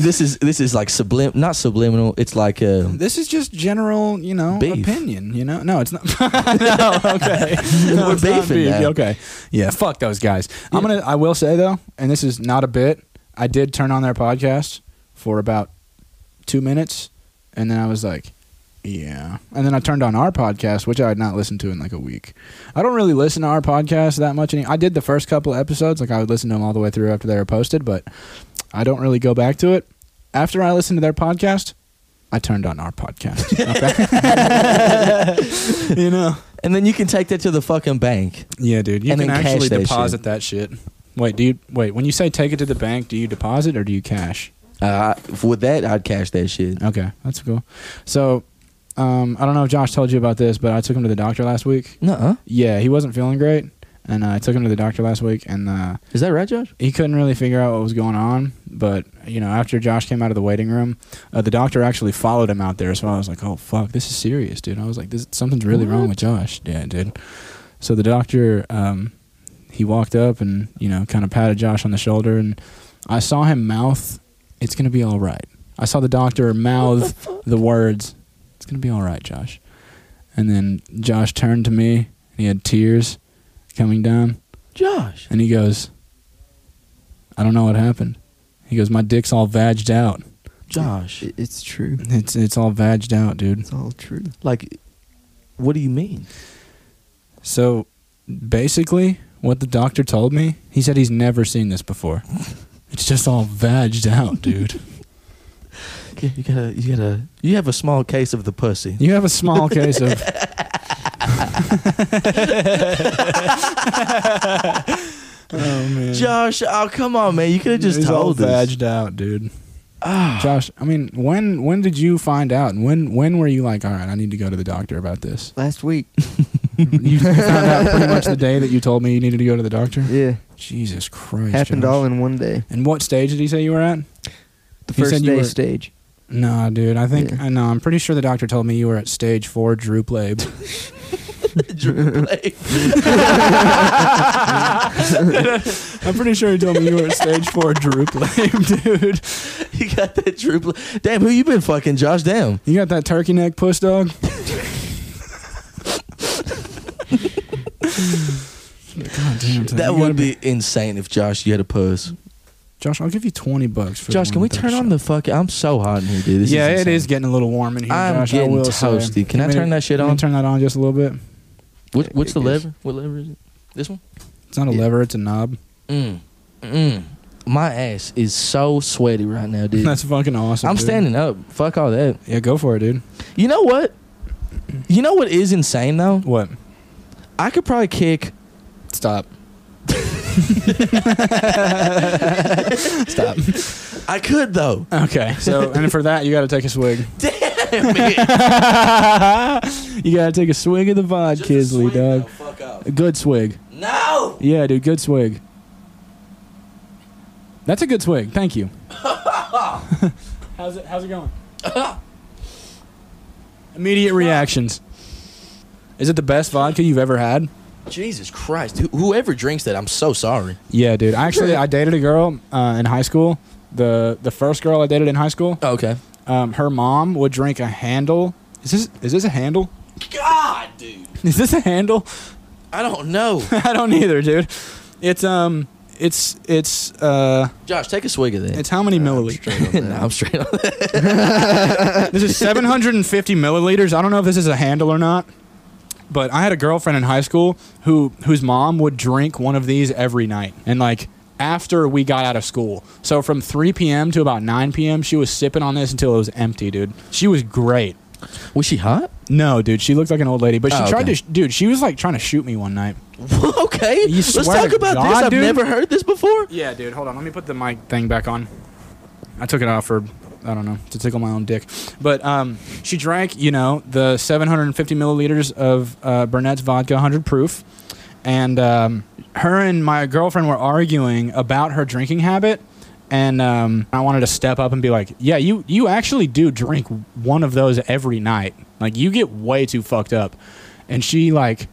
this is this is like sublim not subliminal. It's like uh,
This is just general, you know,
Beef.
opinion. You know, no, it's not. no, okay,
We're
it's not
beefing
beef.
now.
Okay, yeah, fuck those guys. I'm gonna. I will say though, and this is not a bit. I did turn on their podcast for about two minutes, and then I was like, yeah. And then I turned on our podcast, which I had not listened to in like a week. I don't really listen to our podcast that much. Any- I did the first couple of episodes, like I would listen to them all the way through after they were posted, but I don't really go back to it. After I listened to their podcast, I turned on our podcast. Okay? you know.
and then you can take that to the fucking bank.
Yeah, dude. You
And
can
then cash
actually
that
deposit
shit.
that shit. Wait, do you wait, when you say take it to the bank, do you deposit or do you cash?
Uh, I- with that, I'd cash that shit.
Okay, that's cool. So, um, I don't know if Josh told you about this, but I took him to the doctor last week.
Nuh-uh.
Yeah, he wasn't feeling great, and uh, I took him to the doctor last week, and uh,
Is that right, Josh?
he couldn't really figure out what was going on. But you know, after Josh came out of the waiting room, uh, the doctor actually followed him out there. So I was like, "Oh fuck, this is serious, dude." I was like, "This something's really wrong with Josh." Yeah, dude. So the doctor, um, he walked up and you know, kind of patted Josh on the shoulder, and I saw him mouth, "It's gonna be all right." I saw the doctor mouth the words, "It's gonna be all right, Josh." And then Josh turned to me, and he had tears coming down.
Josh.
And he goes, I don't know what happened. He goes, My dick's all vagged out.
Josh.
uh, It- it's true.
It's it's all vagged out, dude.
It's all true.
Like, what do you mean?
So basically what the doctor told me, he said he's never seen this before. It's just all vagged out, dude.
Yeah, you gotta, you gotta, you have a small case of the pussy.
You have a small case of Oh man.
Josh, oh come on, man, you could have just
He's all
told us. Ah.
vagged out, dude. Josh, I mean, when when did you find out? And when when were you like, all right, I need to go to the doctor about this?
Last week.
you found out pretty much the day that you told me you needed to go to the doctor.
Yeah.
Jesus Christ!
Happened
Josh.
all in one day.
And what stage did he say you were at?
The
He said
first
you
day
were-
stage.
Nah, dude. I think
Yeah.
I know. I'm pretty sure the doctor told me you were at stage four droop lab. I'm pretty sure he told me you were at stage four droop lab, dude.
you got that triple. Damn, who you been fucking, Josh? Damn.
You got that turkey neck push dog? God damn, son, you
That
gotta
would be insane if Josh you had a puss.
Josh. I'll give you twenty bucks for.
Josh,
the
can
one
we
with that
turn on
shit.
the fucking? I'm so hot in here, dude. This
yeah,
is
it
insane.
is getting a little warm in here.
I'm
Josh, I
getting
will say.
toasty. Can I
Maybe-
turn that shit
can you
on?
Turn that on just a little bit.
What, what's the
It is.
lever? What lever is it? This one.
It's not a
Yeah.
lever; it's a knob.
Mm. Mm. My ass is so sweaty right now, dude.
That's fucking awesome.
I'm
dude.
standing up. Fuck all that.
Yeah, go for it, dude.
You know what? You know what is insane though?
What?
I could probably kick.
Stop.
I could though.
Okay. So, and for that, you got to take a swig.
Damn it.
you got to take a swig of the vod,
Just a
Kisley,
swing,
dog.
though. Fuck off.
A good swig.
No.
Yeah, dude. Good swig. That's a good swig. Thank you. how's it? How's it going? Immediate reactions. Is it the best vodka you've ever had?
Jesus Christ. Who- Whoever drinks that, I'm so sorry.
Yeah, dude. Actually, I dated a girl uh, in high school. The the first girl I dated in high school,
Oh, Okay.
um, her mom would drink a handle. Is this is this a handle?
God, dude.
Is this a handle?
I don't know.
I don't either, dude. It's um, it's it's uh,
Josh, take a swig of that.
it's how many milliliters?
no, I'm straight on that.
this is 750 milliliters. I don't know if this is a handle or not. But I had a girlfriend in high school who whose mom would drink one of these every night, and like after we got out of school. So from 3 p.m. to about 9 p.m., she was sipping on this until it was empty, dude. She was great.
Was she hot?
No, dude, she looked like an old lady, but she
Oh,
tried
okay.
to, sh- dude. She was like trying to shoot me one night.
okay.
You
Let's
swear
talk
to
about this.
God,
I've
dude.
never heard this before.
Yeah, dude. Hold on. Let me put the mic thing back on. I took it off for I don't know to tickle my own dick. But um, she drank, you know, the 750 milliliters of uh, Burnett's vodka, 100 proof, and um, her and my girlfriend were arguing about her drinking habit. And um, I wanted to step up and be like, "Yeah, you you actually do drink one of those every night. Like you get way too fucked up." And she like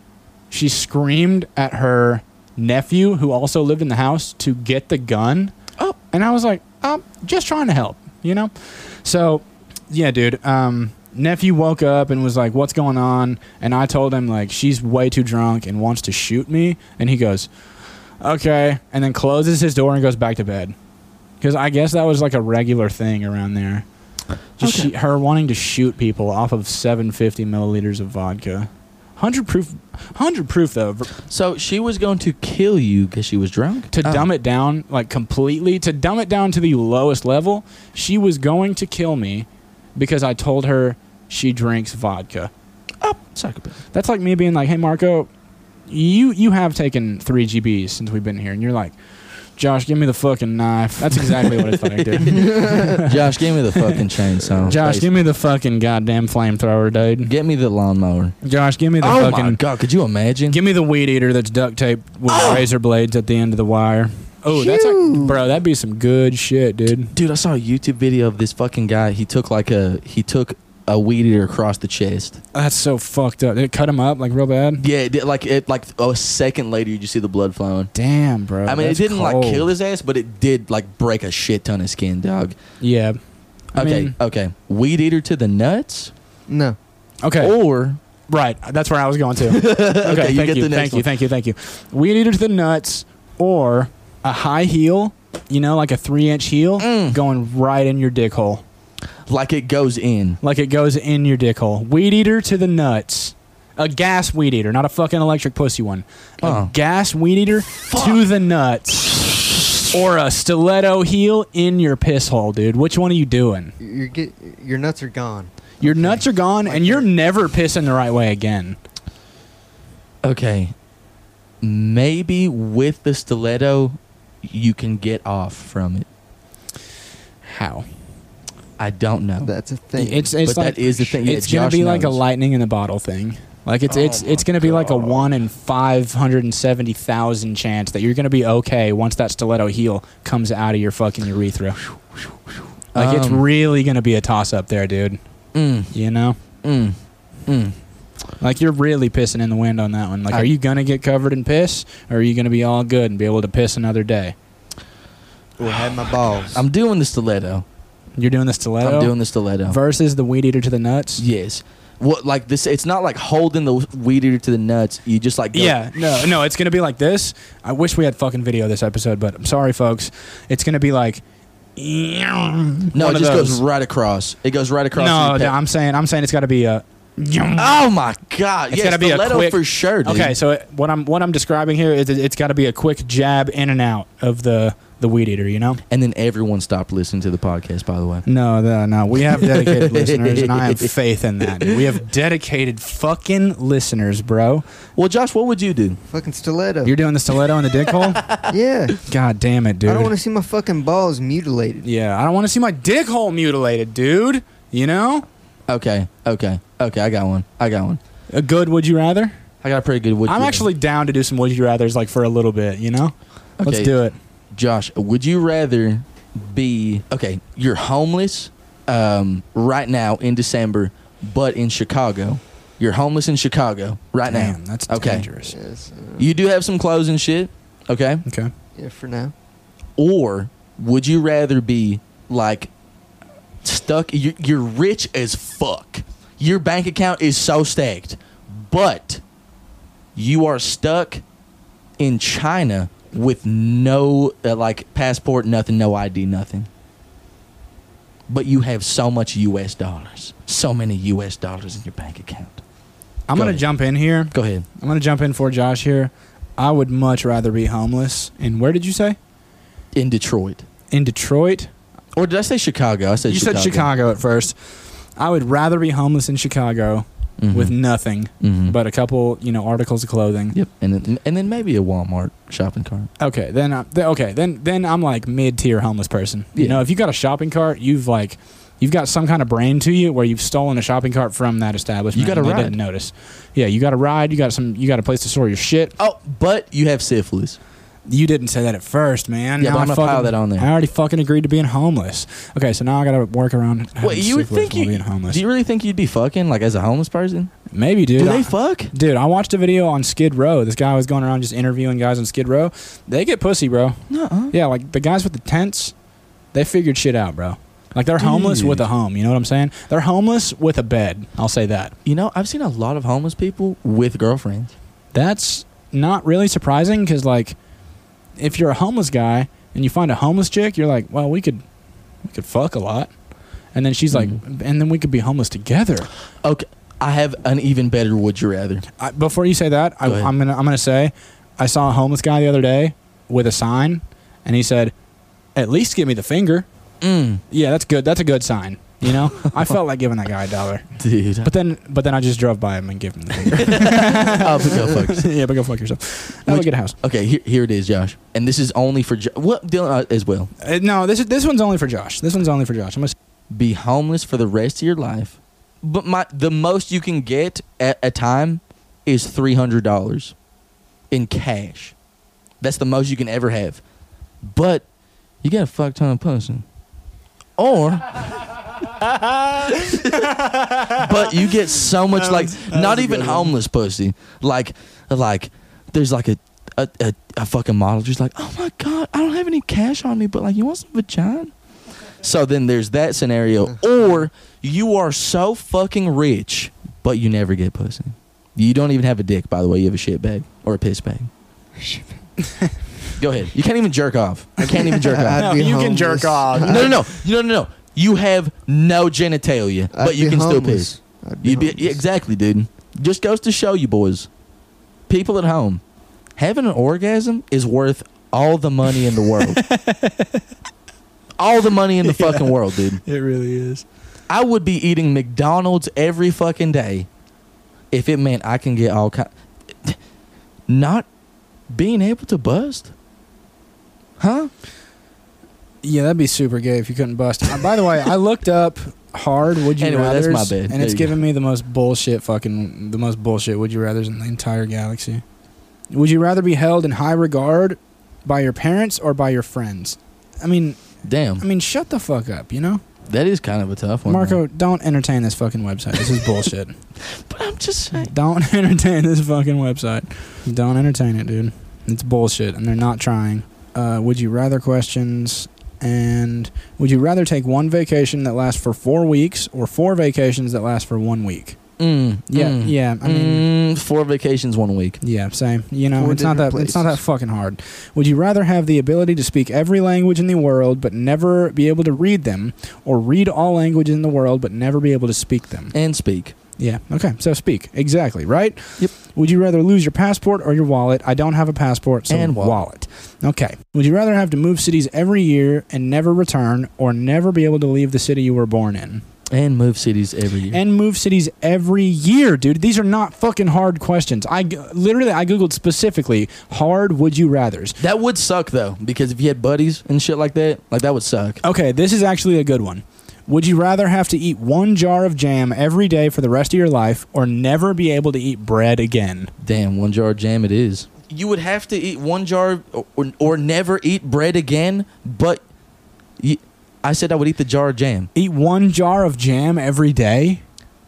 she screamed at her nephew who also lived in the house to get the gun oh and i was like i'm just trying to help you know so yeah dude um nephew woke up and was like what's going on and i told him like she's way too drunk and wants to shoot me and he goes okay and then closes his door and goes back to bed because i guess that was like a regular thing around there just she, her wanting to shoot people off of 750 milliliters of vodka 100 proof 100 proof though
So she was going to kill you because she was drunk.
to
Oh.
dumb it down like completely to dumb it down to the lowest level she was going to kill me because i told her she drinks vodka
Psychopath.
that's like me being like hey marco you you have taken three gbs since we've been here and you're like josh give me the fucking knife that's exactly what it's like dude
Josh, give me the fucking chainsaw.
josh
Please.
give me the fucking goddamn flamethrower dude
Get me the lawnmower.
josh give me the
oh my
fucking
god, could you imagine?
Give me the weed eater that's duct taped with
Oh!
razor blades at the end of the wire. Oh, that's a, bro, that'd be some good shit, dude.
Dude, I saw a YouTube video of this fucking guy. He took like a he took a weed eater across the chest.
That's so fucked up. Did it cut him up like real bad?
Yeah, it did, like it like a second later you just see the blood flowing.
Damn, bro.
I mean, it
that's
didn't
cold.
like kill his ass, but it did like break a shit ton of skin, dog.
Yeah. I
Okay,
mean-
okay. Weed eater to the nuts,
No.
Okay.
or
Right. That's where I was going to. okay,
Oh. you
thank
get
you.
the next
thank you.
one.
Thank you. Thank you. Weed eater to the nuts or a high heel, you know, like a three inch heel
Mm.
going right in your dick hole.
like it goes in.
Like it goes in your dick hole. Weed eater to the nuts. A gas weed eater, not a fucking electric pussy one. A
Oh.
gas weed eater to the nuts. Or a stiletto heel in your piss hole, dude. Which one are you doing?
You're get, your nuts are gone.
Your nuts are gone and you're never pissing the right way again.
Okay, Uh, maybe with the stiletto, you can get off from it.
How?
I don't know.
That's a thing.
Oh. It's it's
But
like,
that is the thing. Yeah,
it's gonna
Josh
be like a
knows. Oh
lightning in the bottle thing. Like it's it's it's gonna be like a one in five hundred and seventy thousand chance that you're gonna be okay once that stiletto heel comes out of your fucking urethra. Like it's
Um,
really gonna be a toss up there, dude.
Mm,
You know,
mm, mm.
like you're really pissing in the wind on that one. Like,
I-
are you gonna get covered in piss, or are you gonna be all good and be able to piss another day?
Or have my balls.
I'm doing the stiletto.
You're doing the stiletto
I'm doing the stiletto.
versus the weed eater to the nuts.
yes. What like this? It's not like holding the weed eater to the nuts. You just like go,
Yeah, no, no, it's gonna be like this. I wish we had fucking video this episode, but I'm sorry, folks. It's gonna be like
No,
one
it
of
just
those.
goes right across. It goes right across.
No,
and you
no,
pa-
I'm saying, I'm saying it's gotta be a.
Oh my god!
It's
yeah,
gotta be a
stiletto
quick-
for sure. Dude.
Okay, so it, what I'm what I'm describing here is it, it's gotta be a quick jab in and out of the the weed eater, you know?
and then everyone stopped listening to the podcast. By the way,
No, no, no. We have dedicated listeners, and I have faith in that. We have dedicated fucking listeners, bro.
well, Josh, what would you do?
fucking stiletto.
You're doing the stiletto in the dick hole?
yeah.
God damn it, dude.
I don't want to see my fucking balls mutilated.
yeah, I don't want to see my dick hole mutilated, dude. You know?
Okay, okay, okay. I got one. I got one.
A good would you rather?
I got a pretty good. Would
I'm
you-
actually down to do some would you rather's like for a little bit, you know? Let's
Okay.
do it.
Josh. Would you rather be okay? You're homeless um, right now in December, but in Chicago. You're homeless in Chicago right
Damn,
now.
that's
Okay.
dangerous.
Yes. uh,
You do have some clothes and shit. Okay.
Okay.
yeah, for now.
or would you rather be like stuck you're, you're rich as fuck your bank account is so stacked but you are stuck in china with no uh, like passport nothing no id nothing but you have so much us dollars so many us dollars in your bank account
I'm
Go
going to
ahead.
jump in here.
go ahead
I'm going to jump in for Josh here. I would much rather be homeless. And where did you say?
in detroit
In Detroit?
or did i say chicago i said
you
chicago.
said Chicago at first. I would rather be homeless in Chicago
Mhm.
with nothing
Mhm.
but a couple, you know, articles of clothing.
yep and then, and then maybe a walmart shopping cart
Okay, then I, th- okay, then then I'm like mid tier homeless person. You
Yeah.
know, if you got a shopping cart, you've like you've got some kind of brand to you where you've stolen a shopping cart from that
You
establishment.
got a
and they
ride.
Didn't notice. Yeah, you got a ride. You got some. You got a place to store your shit.
Oh, but you have syphilis.
You didn't say that at first, man.
Yeah,
Now
but
I
I'm gonna pile
fucking-
that on there.
I already fucking agreed to being homeless. Okay, so now I got to work around.
Wait,
having
you would
syphilis
think
while
you
being homeless.
Do you really think you'd be fucking like as a homeless person?
Maybe, dude.
Do
I-
they fuck?
Dude, I watched a video on Skid Row. This guy was going around just interviewing guys on Skid Row. They get pussy, bro.
No.
Yeah, like the guys with the tents, they figured shit out, bro. Like they're homeless
Dude.
with a home. You know what I'm saying? They're homeless with a bed. I'll say that.
You know, I've seen a lot of homeless people with girlfriends.
That's not really surprising because, like, if you're a homeless guy and you find a homeless chick, you're like, well, we could, we could fuck a lot, and then she's like, and then we could be homeless together.
Okay, I have an even better would you rather.
I, before you say that, I,
Go ahead.
I'm gonna I'm gonna say, I saw a homeless guy the other day with a sign, and he said, "At least give me the finger."
Mm,
Yeah, that's good. That's a good sign. You know, I felt like giving that guy a dollar,
dude.
but then but then I just drove by him and gave him the finger.
Oh, but go fuck yourself.
yeah, but go fuck yourself. Have a
Would-
good house.
Okay, here, here it is, Josh. And this is only for jo- what Dylan uh, as well.
Uh, no, this is this one's only for Josh. This one's only for Josh. I'm gonna
Be homeless for the rest of your life, but my the most you can get at a time is three hundred dollars in cash. That's the most you can ever have. But you got a fuck ton of pussy, or but you get so much like not even homeless pussy. Like like there's like a a, a a fucking model just like, oh my god, I don't have any cash on me, but like you want some vagina? So then there's that scenario. Or you are so fucking rich, but you never get pussy. You don't even have a dick, by the way. You have a shit bag or a piss bag. Go ahead. You can't even jerk off. I can't even jerk off.
I'd be
you can jerk
homeless.
off.
No, no, no, no, no, no. You have no genitalia,
I'd
but you
be
can still
homeless.
piss.
I'd
You'd be
homeless.
yeah, exactly, dude. Just goes to show you, boys, people at home, having an orgasm is worth all the money in the world. all the money in the fucking world, dude.
It really is.
I would be eating McDonald's every fucking day if it meant I can get all kind. Not being able to bust, huh?
Yeah, that'd be super gay if you couldn't bust. Uh, by the way, I looked up hard would you
Anyway, that's
rathers,
my bad.
and
There
it's
you go.
giving me the most bullshit fucking the most bullshit would you rather's in the entire galaxy. Would you rather be held in high regard by your parents or by your friends? I mean, I
Damn,
mean, shut the fuck up, you know,
that is kind of a tough one,
Marco.
man.
Don't entertain this fucking website. This is bullshit.
But I'm just saying.
don't entertain this fucking website. Don't entertain it, dude. It's bullshit, and they're not trying. Uh, would you rather questions? And would you rather take one vacation that lasts for four weeks or four vacations that last for one week?
Mm,
Yeah,
Hmm.
mm.
yeah. I mean,
mm, four vacations one week.
yeah, same. You know,
Four
it's not that
different
it's not that
places.
fucking hard. Would you rather have the ability to speak every language in the world but never be able to read them, or read all languages in the world but never be able to speak them?
and speak.
Yeah. Okay. So speak exactly right.
Yep.
Would you rather lose your passport or your wallet? I don't have a passport, so
And
wallet.
wallet.
Okay. Would you rather have to move cities every year and never return, or never be able to leave the city you were born in?
And move cities every year.
And move cities every year, dude. These are not fucking hard questions. I g- literally I googled specifically hard would you rather's.
that would suck though, because if you had buddies and shit like that, like that would suck.
Okay, this is actually a good one. Would you rather have to eat one jar of jam every day for the rest of your life, or never be able to eat bread again?
Damn, one jar of jam it is. You would have to eat one jar or, or, or never eat bread again, but y I I said I would eat the jar of jam.
eat one jar of jam every day?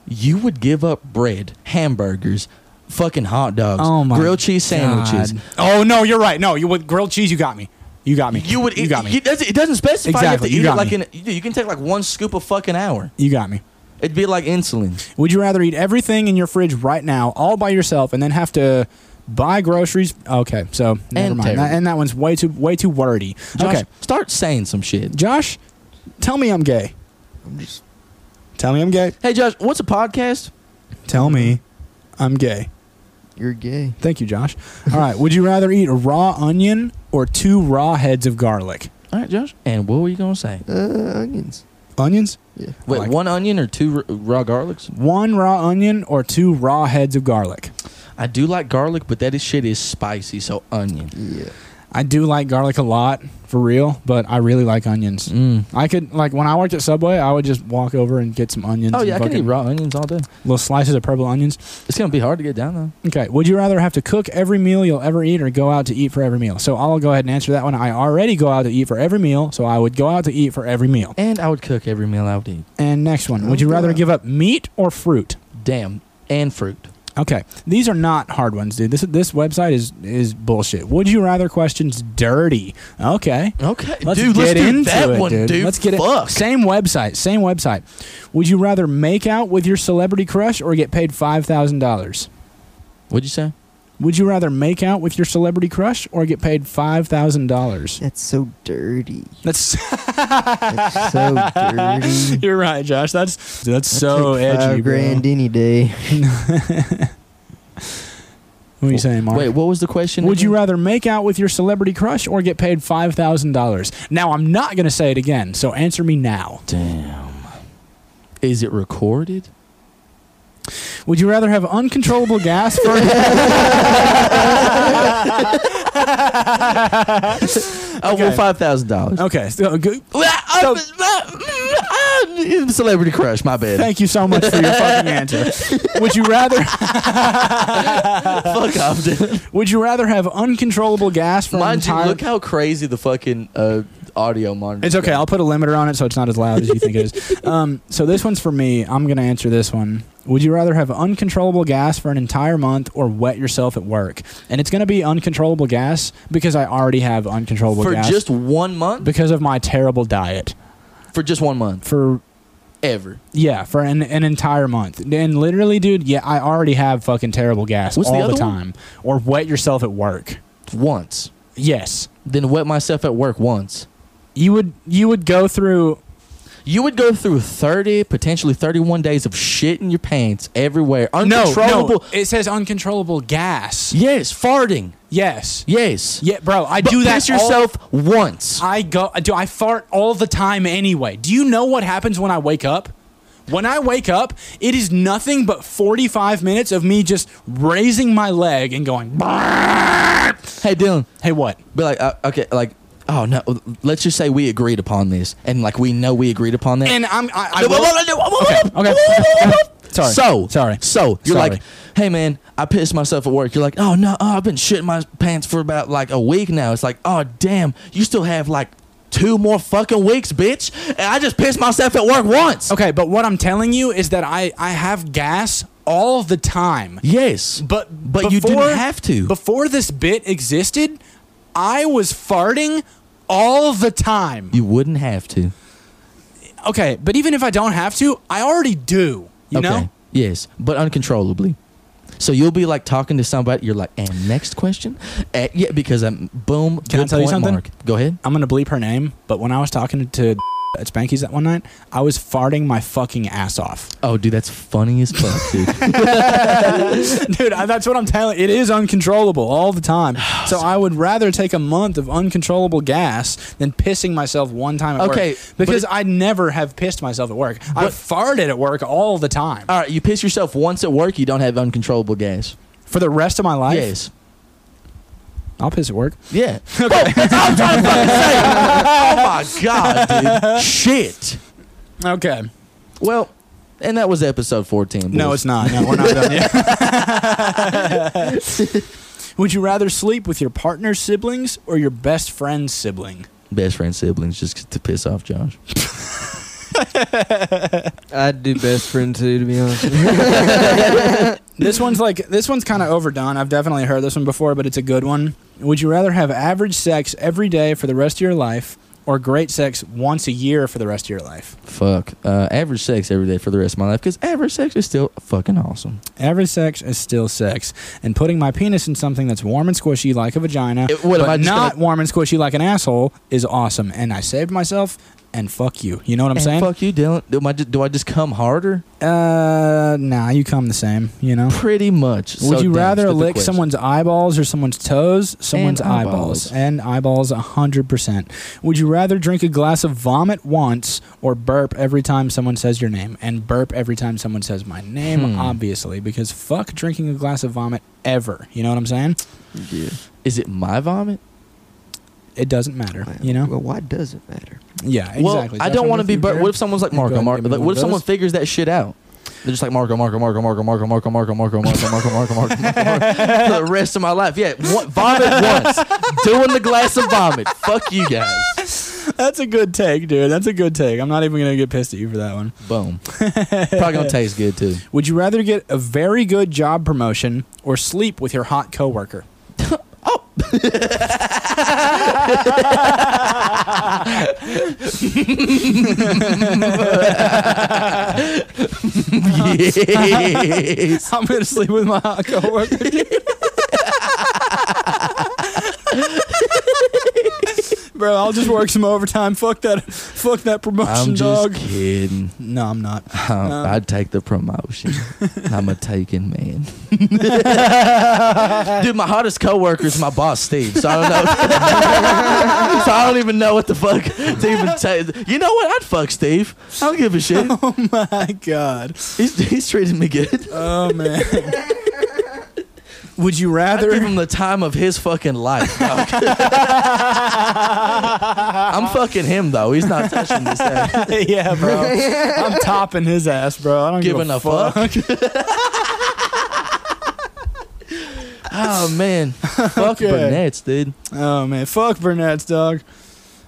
You would give up bread, hamburgers, fucking hot dogs,
Oh my
grilled cheese sandwiches.
God. Oh no, you're right. No, you with grilled cheese, you got me. You got me.
You would eat.
You got me.
It, doesn't, it doesn't specify
Exactly, you
you
got
have to eat
me.
it like in. You can take like one scoop a fucking hour.
You got me.
It'd be like insulin.
Would you rather eat everything in your fridge right now, all by yourself, and then have to buy groceries? Okay, so never
And
mind. That,
terrible.
and that one's way too way too wordy.
Josh,
okay,
start saying some shit.
Josh, tell me I'm gay.
I'm just
Tell me I'm gay.
Hey, Josh, what's a podcast?
Tell me I'm gay.
you're gay.
Thank you, Josh. All right. Would you rather eat a raw onion or two raw heads of garlic?
All right, Josh. And what were you gonna say?
Uh, onions.
Onions?
Yeah.
Wait,
like-
one onion or two r- raw garlics?
One raw onion or two raw heads of garlic?
I do like garlic, but that is shit is spicy. So onion.
Yeah.
I do like garlic a lot for real, but I really like onions.
Mm.
I could like when I worked at Subway, I would just walk over and get some onions.
Oh yeah, I
and
can eat
fucking
raw onions all day.
little slices of purple onions.
It's gonna be hard to get down though.
Okay. Would you rather have to cook every meal you'll ever eat or go out to eat for every meal? So I'll go ahead and answer that one. I already go out to eat for every meal, so I would go out to eat for every meal.
And I would cook every meal I would eat.
And next one, would
I'll
you
go
rather
out.
give up meat or fruit?
Damn, and fruit.
Okay. These are not hard ones, dude. This this website is is bullshit. Would you rather questions dirty? Okay.
Okay,
Let's
Oh, dude,
get
let's do
into
that
it,
one, dude.
Let's get
Fuck.
it. Same website. Same website. Would you rather make out with your celebrity crush or get paid five thousand dollars?
What'd you say?
Would you rather make out with your celebrity crush or get paid five thousand dollars?
That's so dirty.
That's
That's so dirty.
you're right, Josh. That's that's
I'd
so
take
edgy,
five
bro.
grand any day.
What are you saying, Mark?
Wait, what was the question?
Would you
again?
rather make out with your celebrity crush or get paid five thousand dollars? Now I'm not gonna say it again, so answer me now.
Damn. Is it recorded?
Would you rather have uncontrollable gas for?
I want five thousand dollars.
okay, so uh, good.
mm, Celebrity crush. My bad.
Thank you so much for your fucking answer. Would you rather?
Fuck off, dude.
Would you rather have uncontrollable gas for an
Mind you,
entire?
look how crazy the fucking uh, audio monitor.
it's okay. I'll put a limiter on it so it's not as loud as you think it is. Um, so this one's for me. I'm gonna answer this one. Would you rather have uncontrollable gas for an entire month or wet yourself at work? And it's gonna be uncontrollable gas because I already have uncontrollable
for
gas
just one month.
because of my terrible diet.
For just one month,
For
ever.
yeah, for an, an entire month. And literally, dude, yeah, I already have fucking terrible gas
What's the
all the,
other one?
time. Or wet yourself at work.
Once.
Yes.
Then wet myself at work once.
You would you would go through
You would go through thirty, potentially thirty-one days of shit in your pants everywhere.
no,
Uncontrollable.
no. It says uncontrollable gas.
Yes, farting.
Yes.
Yes.
Yeah, bro. I
But
do that
piss yourself once.
all- I go. Do I fart all the time anyway? Do you know what happens when I wake up? When I wake up, it is nothing but 45 minutes of me just raising my leg and going.
hey, Dylan.
Hey, what?
Be like, uh, okay, like, oh no. Let's just say we agreed upon this, and like we know we agreed upon that.
And I'm. I, I
No,
will,
whoa, whoa, whoa, whoa,
Okay,
whoa, whoa, whoa, whoa, whoa.
Sorry,
So
sorry,
So you're
sorry.
like, hey man, I pissed myself at work. You're like, oh no, oh, I've been shitting my pants for about like a week now. It's like, oh damn, you still have like two more fucking weeks, bitch. And I just pissed myself at work once.
okay, but what I'm telling you is that I I have gas all the time.
Yes,
But
but you
before-
didn't have to.
Before this bit existed, I was farting all the time.
you wouldn't have to.
Okay, but even if I don't have to, I already do. You know?
Yes, but uncontrollably. So you'll be like talking to somebody. You're like, and next question, Eh, yeah, because I'm boom.
Can I
good
tell you
point,
something?
Mark. Go ahead.
I'm gonna bleep her name, but when I was talking to at Spanky's that one night, I was farting my fucking ass off,
Oh, dude, that's funny as fuck, dude.
dude. I, that's what I'm telling. It is uncontrollable all the time. So I would rather take a month of uncontrollable gas than pissing myself one time at
Okay,
work.
but
because
it-
I never have pissed myself at work. I've farted at work all the time
All right, you piss yourself once at work, you don't have uncontrollable gas.
for the rest of my life.
yes.
I'll piss at work.
Yeah. Okay. that's what I'm trying to fucking say. Oh my god, dude. Shit.
Okay.
Well, and that was episode 14. Boys.
No, it's not. No, we're not done yet. Would you rather sleep with your partner's siblings or your best friend's sibling?
best friend siblings just to piss off Josh.
I'd do best friend too, to be honest. With you.
This one's like this one's kind of overdone. I've definitely heard this one before, but it's a good one. Would you rather have average sex every day for the rest of your life or great sex once a year for the rest of your life?
Fuck. Uh, average sex every day for the rest of my life because average sex is still fucking awesome.
Average sex is still sex, and putting my penis in something that's warm and squishy like a vagina,
It- what, am
but
I just
not
gonna-
warm and squishy like an asshole, is awesome. And I saved myself. And fuck you. You know what I'm
And
saying?
fuck you, Dylan. Do I just, do I just come harder?
Uh, nah, you come the same, you know?
Pretty much. So
Would you
damn,
rather
stupid
lick
question.
someone's eyeballs or someone's toes? Someone's
eyeballs.
eyeballs. And eyeballs 100%. Would you rather drink a glass of vomit once or burp every time someone says your name? And burp every time someone says my name,
Hmm.
obviously, because fuck drinking a glass of vomit ever. You know what I'm saying?
Is it my vomit?
it doesn't matter. You know?
Well, why does it matter?
Yeah. Exactly.
Well, I
That's
don't want
what
to
I'm
be.
with
Bur-
you,
what if someone's like
Jared.
Marco?
Go ahead,
Marco
give me
like,
one
what if
of
someone
those.
figures that shit out? They're just like Marco, Marco, Marco, Marco, Marco, Marco, Marco, Marco, Marco, Marco, Marco, Marco, Marco, Marco for the rest of my life. Yeah, one, vomit once, doing the glass of vomit. Fuck you guys.
That's a good take, dude. That's a good take. I'm not even gonna get pissed at you for that one.
Boom. Probably gonna taste good too.
Would you rather get a very good job promotion or sleep with your hot coworker?
yes.
I'm gonna sleep with my hot coworker. Bro, I'll just work some overtime. Fuck that, fuck that promotion,
I'm just
dog.
kidding.
No, I'm not.
Um, I'd take the promotion. I'm a taken man. Dude, my hottest coworker is my boss, Steve. So I don't know. so I don't even know what the fuck to even say. You know what? I'd fuck Steve. I don't give a shit.
Oh my god.
He's, he's treating me good.
Oh man. Would you
I'd give him
rather?
the time of his fucking life. dog. I'm fucking him though. He's not touching this. ass.
yeah, bro. I'm topping his ass, bro. I don't
Giving a fuck. Oh man, fuck
Okay.
Burnett's, dude.
Oh man, fuck Burnett's dog.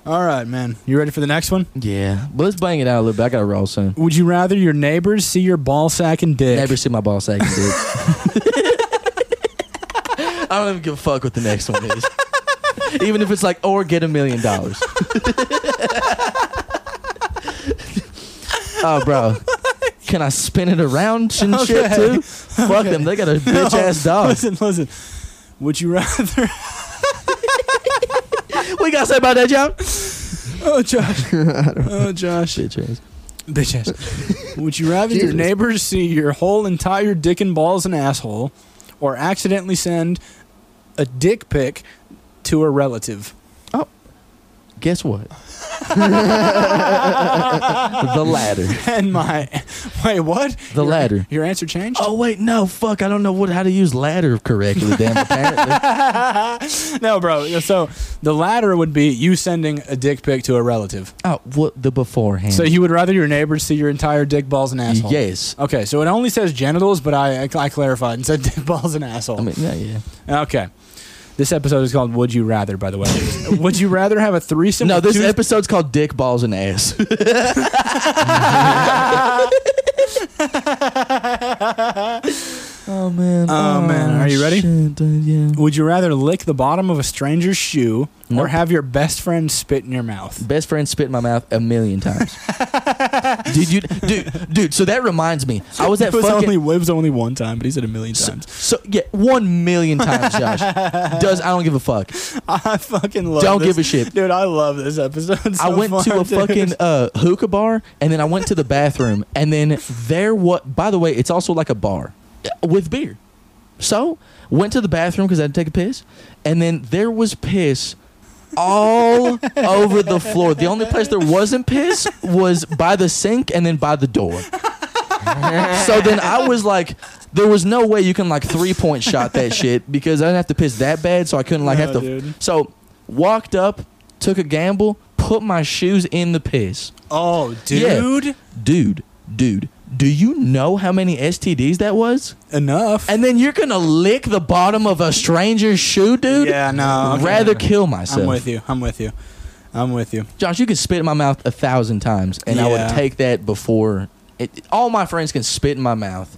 All right, man. You ready for the next one?
Yeah, but let's bang it out a little bit. I got to roll soon.
Would you rather your neighbors see your ball sack and dick?
Never see my boss acting dick. I don't even give a fuck what the next one is. even if it's like, or get a million dollars. Oh, bro. Can I spin it around and shit
Okay.
too? Fuck them. They got a bitch ass dog.
Listen, listen. Would you rather?
What you got to say about that, John?
Oh, Josh. Oh, Josh.
Bitch ass.
Bitch ass. Would you rather your
Jesus.
neighbors see your whole entire dick and balls and asshole, or accidentally send a dick pic to a relative?
Guess what? the latter.
And my wait, what?
The
Your-
latter.
Your answer changed.
Oh wait, no, fuck! I don't know what how to use ladder correctly. Damn, apparently.
No, bro. So the latter would be you sending a dick pic to a relative.
oh, what the beforehand?
So you would rather your neighbors see your entire dick, balls, and asshole?
Yes.
Okay, so it only says genitals, but I, I, I clarified and said dick, balls, and asshole.
I mean, yeah, yeah.
okay. This episode is called Would You Rather, by the way. would you rather have a threesome?
No,
with
this
two-
episode's called "Dick Balls and Ass." oh man!
Oh, man. Are you ready?
shit, dude, yeah.
Would you rather lick the bottom of a stranger's shoe or
Nope.
have your best friend spit in your mouth?
Best friend spit in my mouth a million times. Did you, dude? Dude, so that reminds me. I was at
it was
fucking.
only it was only one time, but he said a million times.
so yeah, one million times, Josh. Does I don't give a fuck.
I fucking love.
Don't
this.
give a shit.
dude. I love this episode. So
I went
far,
to a
dude.
fucking uh, hookah bar, and then I went to the bathroom, and then there what? By the way, it's also like a bar uh, with beer. So went to the bathroom because I had to take a piss, and then there was piss all over the floor. The only place there wasn't piss was by the sink and then by the door. so then I was like, there was no way you can like three point shot that shit because I didn't have to piss that bad, so I couldn't like
No,
have to.
dude.
So walked up, took a gamble, put my shoes in the piss.
Oh,
Yeah.
dude.
Dude, dude, do you know how many STDs that was?
Enough.
And then you're gonna lick the bottom of a stranger's shoe, dude.
yeah, no. okay.
Rather kill myself.
I'm with you. I'm with you. I'm with you.
Josh, you could spit in my mouth a thousand times, and I
Yeah.
would take that before. It, all my friends can spit in my mouth,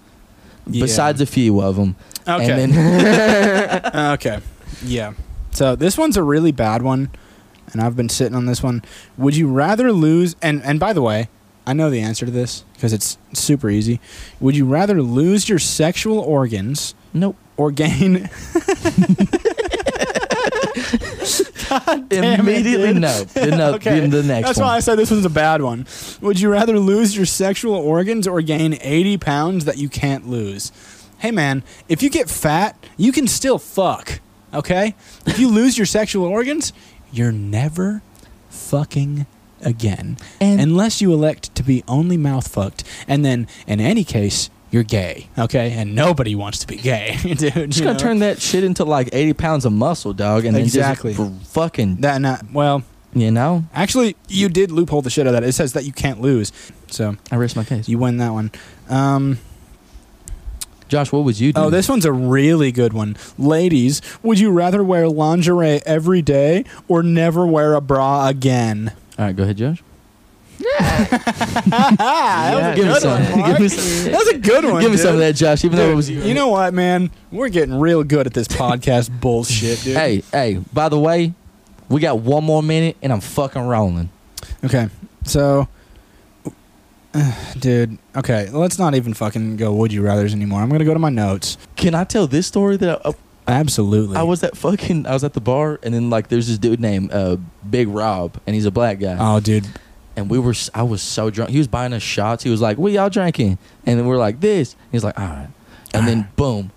Yeah.
besides a few of them.
Okay.
And then,
Uh, okay. Yeah. So this one's a really bad one, and I've been sitting on this one. Would you rather lose? And and by the way, I know the answer to this because it's super easy. Would you rather lose your sexual organs
nope.
or gain? Damn it,
Immediately,
dude.
no. The, no the, the next
That's
one.
why I said this one's a bad one. Would you rather lose your sexual organs or gain 80 pounds that you can't lose? Hey, man, if you get fat, you can still fuck, okay? If you lose your sexual organs, you're never fucking again.
And-
unless you elect to be only mouth fucked. And then, in any case, you're gay, okay? And nobody wants to be gay, dude.
Just
you
gonna
know?
turn that shit into like eighty pounds of muscle, dog, and
Exactly.
then just f- fucking,
that. Not, well,
you know.
actually, you did loophole the shit out of that. It says that you can't lose, so
I rest my case.
you win that one. Um,
Josh, what would you do?
Oh, this one's a really good one. Ladies, would you rather wear lingerie every day or never wear a bra again?
All right, go ahead, Josh.
that
Give me
was a good
some.
one. Mark.
Give me some.
That was a good one.
Give me some of
dude.
that, Josh. Even though it was.
Dude, you know what, man? We're getting real good at this podcast bullshit, dude.
Hey, hey. By the way, we got one more minute, and I'm fucking rolling.
Okay, so, dude. Okay, let's not even fucking go would you rather's anymore. I'm gonna go to my notes.
Can I tell this story that I,
Absolutely.
I was at fucking I was at the bar, and then like there's this dude named uh, Big Rob, and he's a black guy.
Oh, dude.
and we were I was so drunk. He was buying us shots. He was like, "What y'all drinking?" And then we are like, "This." He's like, "All right." And then boom,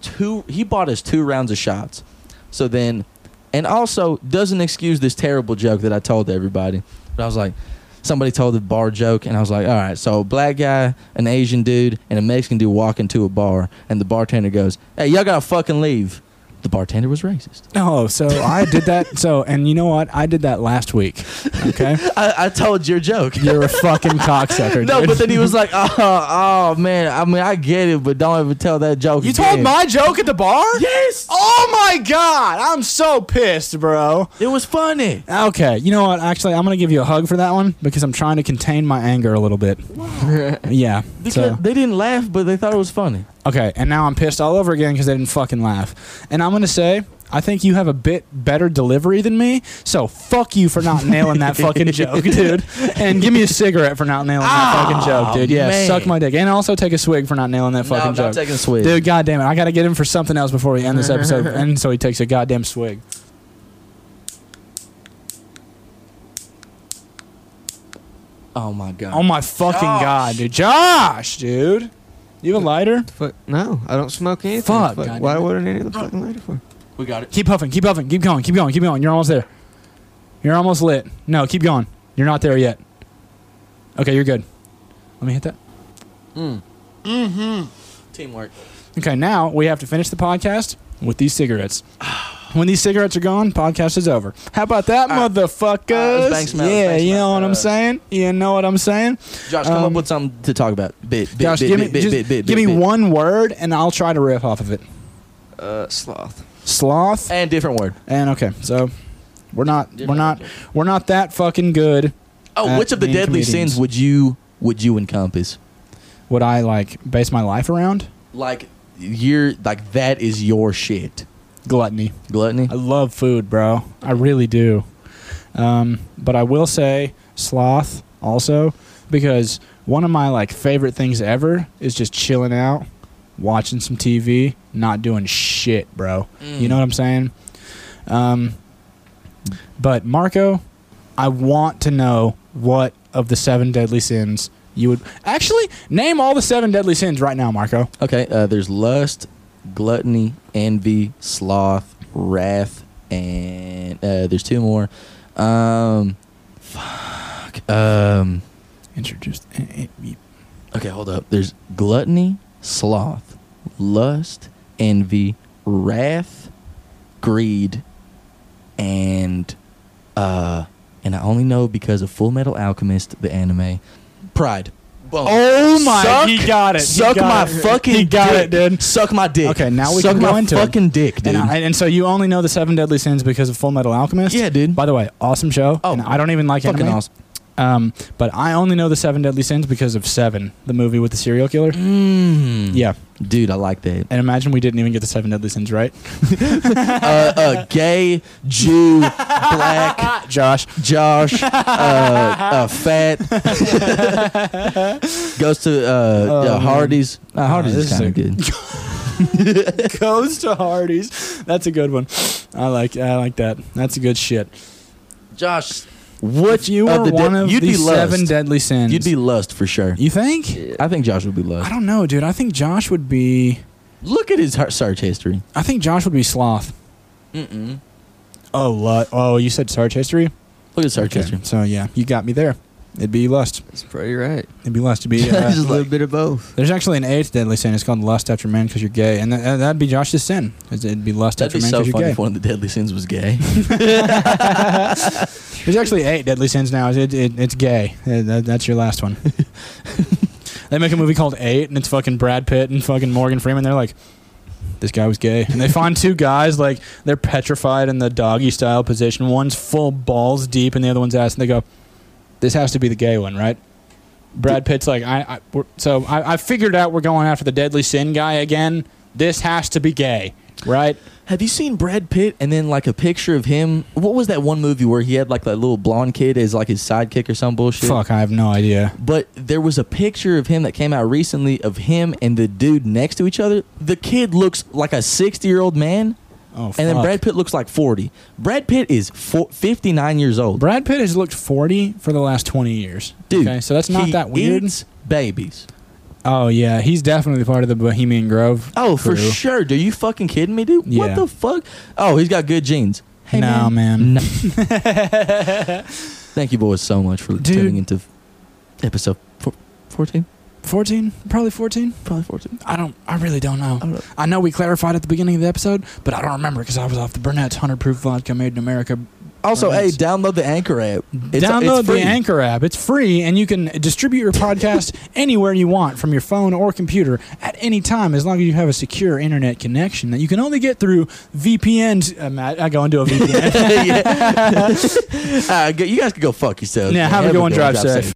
two. He bought us two rounds of shots. So then, and also doesn't excuse this terrible joke that I told everybody. But I was like, somebody told the bar joke, and I was like, "All right." So a black guy, an Asian dude, and a Mexican dude walk into a bar, and the bartender goes, "Hey, y'all gotta fucking leave." The bartender was racist.
Oh, so I did that. So, and you know what? I did that last week. Okay.
I, I told your joke.
You're a fucking cocksucker.
No,
dude.
but then he was like, oh, oh man, I mean, I get it, but don't ever tell that joke.
You
again."
told my joke at the bar?
Yes!
Oh my god, I'm so pissed, bro.
It was funny.
Okay, you know what? Actually, I'm gonna give you a hug for that one because I'm trying to contain my anger a little bit. yeah.
Because
So.
They didn't laugh, but they thought it was funny.
Okay, and now I'm pissed all over again because they didn't fucking laugh. And I'm gonna say. I think you have a bit better delivery than me, so fuck you for not nailing that fucking joke, dude. And give me a cigarette for not nailing that fucking joke, dude. Yeah,
man.
suck my dick. And also take a swig for not nailing that fucking
no,
joke.
not taking a swig.
Dude, goddamn it! I gotta get him for something else before we end this episode. and so he takes a goddamn swig.
Oh my god.
Oh my fucking god, dude! Josh, dude, you have a lighter?
Fuck no, I don't smoke anything.
Fuck,
Fuck.
God
Why
damn it.
wouldn't any of the fucking lighter for?
we got it.
Keep puffing, keep puffing, keep going, keep going, keep going. You're almost there. You're almost lit. No, keep going. You're not there yet. Okay, you're good. Let me hit that.
Teamwork.
Okay, now we have to finish the podcast with these cigarettes. When these cigarettes are gone, podcast is over. How about that, motherfuckers?
Uh, Ah. Banks Mountain,
yeah,
Banks
you know what
Mountain,
I'm
uh,
saying. You know what I'm saying.
Josh, come
Um,
up with something to talk about. Bit, bit,
Josh,
bit,
give
bit,
me
bit,
just
bit, bit,
give
bit,
me
bit.
one word, and I'll try to riff off of it.
Uh, sloth.
Sloth.
And different word.
And okay, so we're not
Different
we're not
word.
we're not that fucking good.
Oh,
Uh,
which of the
mean
deadly
comedians.
sins would you would you encompass?
Would I like base my life around
Like you're like that is your shit.
gluttony?
Gluttony.
I love food, bro. I really do. Um, but I will say sloth also because one of my like favorite things ever is just chilling out, watching some TV, not doing shit, bro. You know what I'm saying? Um, but Marco, I want to know what of the seven deadly sins you would actually name all the seven deadly sins right now, Marco.
Okay, uh, there's lust, gluttony, envy, sloth, wrath, and uh, there's two more. Um, fuck. Um,
Introduced.
okay, hold up. There's gluttony, sloth, lust, envy, wrath, greed, and uh, and I only know because of Full Metal Alchemist, the anime, pride. Boom.
Oh my!
Suck-
he got it. He
Suck
got
my
it.
fucking
He got
dick.
it, dude.
Suck my dick.
Okay, now we
Suck
can go
my
into it.
fucking dick, dude.
And, I, and so you only know the seven deadly sins because of Full Metal Alchemist.
Yeah, dude.
By the way, awesome show.
Oh,
and I don't even like
fucking
anime.
awesome.
Um, but I only know the seven deadly sins because of Seven, the movie with the serial killer.
Mm.
Yeah,
Dude, I like that.
and imagine we didn't even get the seven deadly sins right.
Uh, uh, gay, Jew, black,
Josh,
Josh, uh, uh, fat. Goes to uh,
Oh,
uh,
man.
Hardy's. Nah, Hardy's
this
is
is
kind
a-
of good.
goes to Hardy's. That's a good one. I like. I like that. That's a good shit.
Josh, what
If you
of the
were
de-
one of
you'd
the
be lust.
seven deadly sins.
You'd be lust for sure.
You think?
I think Josh would be
I
lust.
don't know, dude. I think Josh would be.
Look at his heart- search history.
I think Josh would be sloth.
Mm-mm.
Oh, lu- oh, you said search history.
Look at search
Okay,
history.
So yeah, you got me there. It'd be lust.
That's pretty right.
It'd be lust. It'd be.
Just a
Uh,
little bit of both.
there's actually an eighth deadly sin. It's called lust after men because you're gay, and that that'd be Josh's sin. It'd be lust
That'd
after
be
men
so
because
funny
you're
if
gay.
one of the deadly sins was gay.
There's actually eight deadly sins now. It, it, it's gay. Uh, that- that's your last one. they make a movie called Eight, and it's fucking Brad Pitt and fucking Morgan Freeman. They're like, this guy was gay, and they find two guys like they're petrified in the doggy style position. One's full balls deep, and the other one's ass, and they go, "This has to be the gay one, right?" Brad Pitt's like, "I, I we're, so I, I figured out we're going after the deadly sin guy again. This has to be gay, right?"
Have you seen Brad Pitt and then like a picture of him? What was that one movie where he had like that little blonde kid as like his sidekick or some bullshit?
Fuck, I have no idea.
But there was a picture of him that came out recently of him and the dude next to each other. The kid looks like a 60 year old man,
Oh, fuck.
and then Brad Pitt looks like 40. Brad Pitt is four, 59 years old.
Brad Pitt has looked 40 for the last 20 years.
Dude,
Okay, so that's not
he
that weird.
eats babies.
Oh, yeah. He's definitely part of the Bohemian Grove.
Oh, for
crew.
sure. Do you fucking kidding me, dude?
Yeah.
What the fuck? Oh, he's got good genes. Hey,
Nah,
man.
man.
No. Thank you, boys, so much for
Dude.
tuning into episode four, 14.
14? Probably 14?
Probably 14.
I don't, I really don't know.
don't know.
I know we clarified at the beginning of the episode, but I don't remember because I was off the Burnett's 100 proof vodka made in America.
Also,
Right.
hey, download the Anchor app. It's-
Download
it's
the
free.
Anchor app. It's free, and you can distribute your podcast anywhere you want from your phone or computer at any time, as long as you have a secure internet connection that you can only get through VPNs. Um, I, I go into a VPN.
Yeah. Uh, go- you guys can go fuck yourselves.
Yeah,
man.
have a good one.
one.
Drive safe.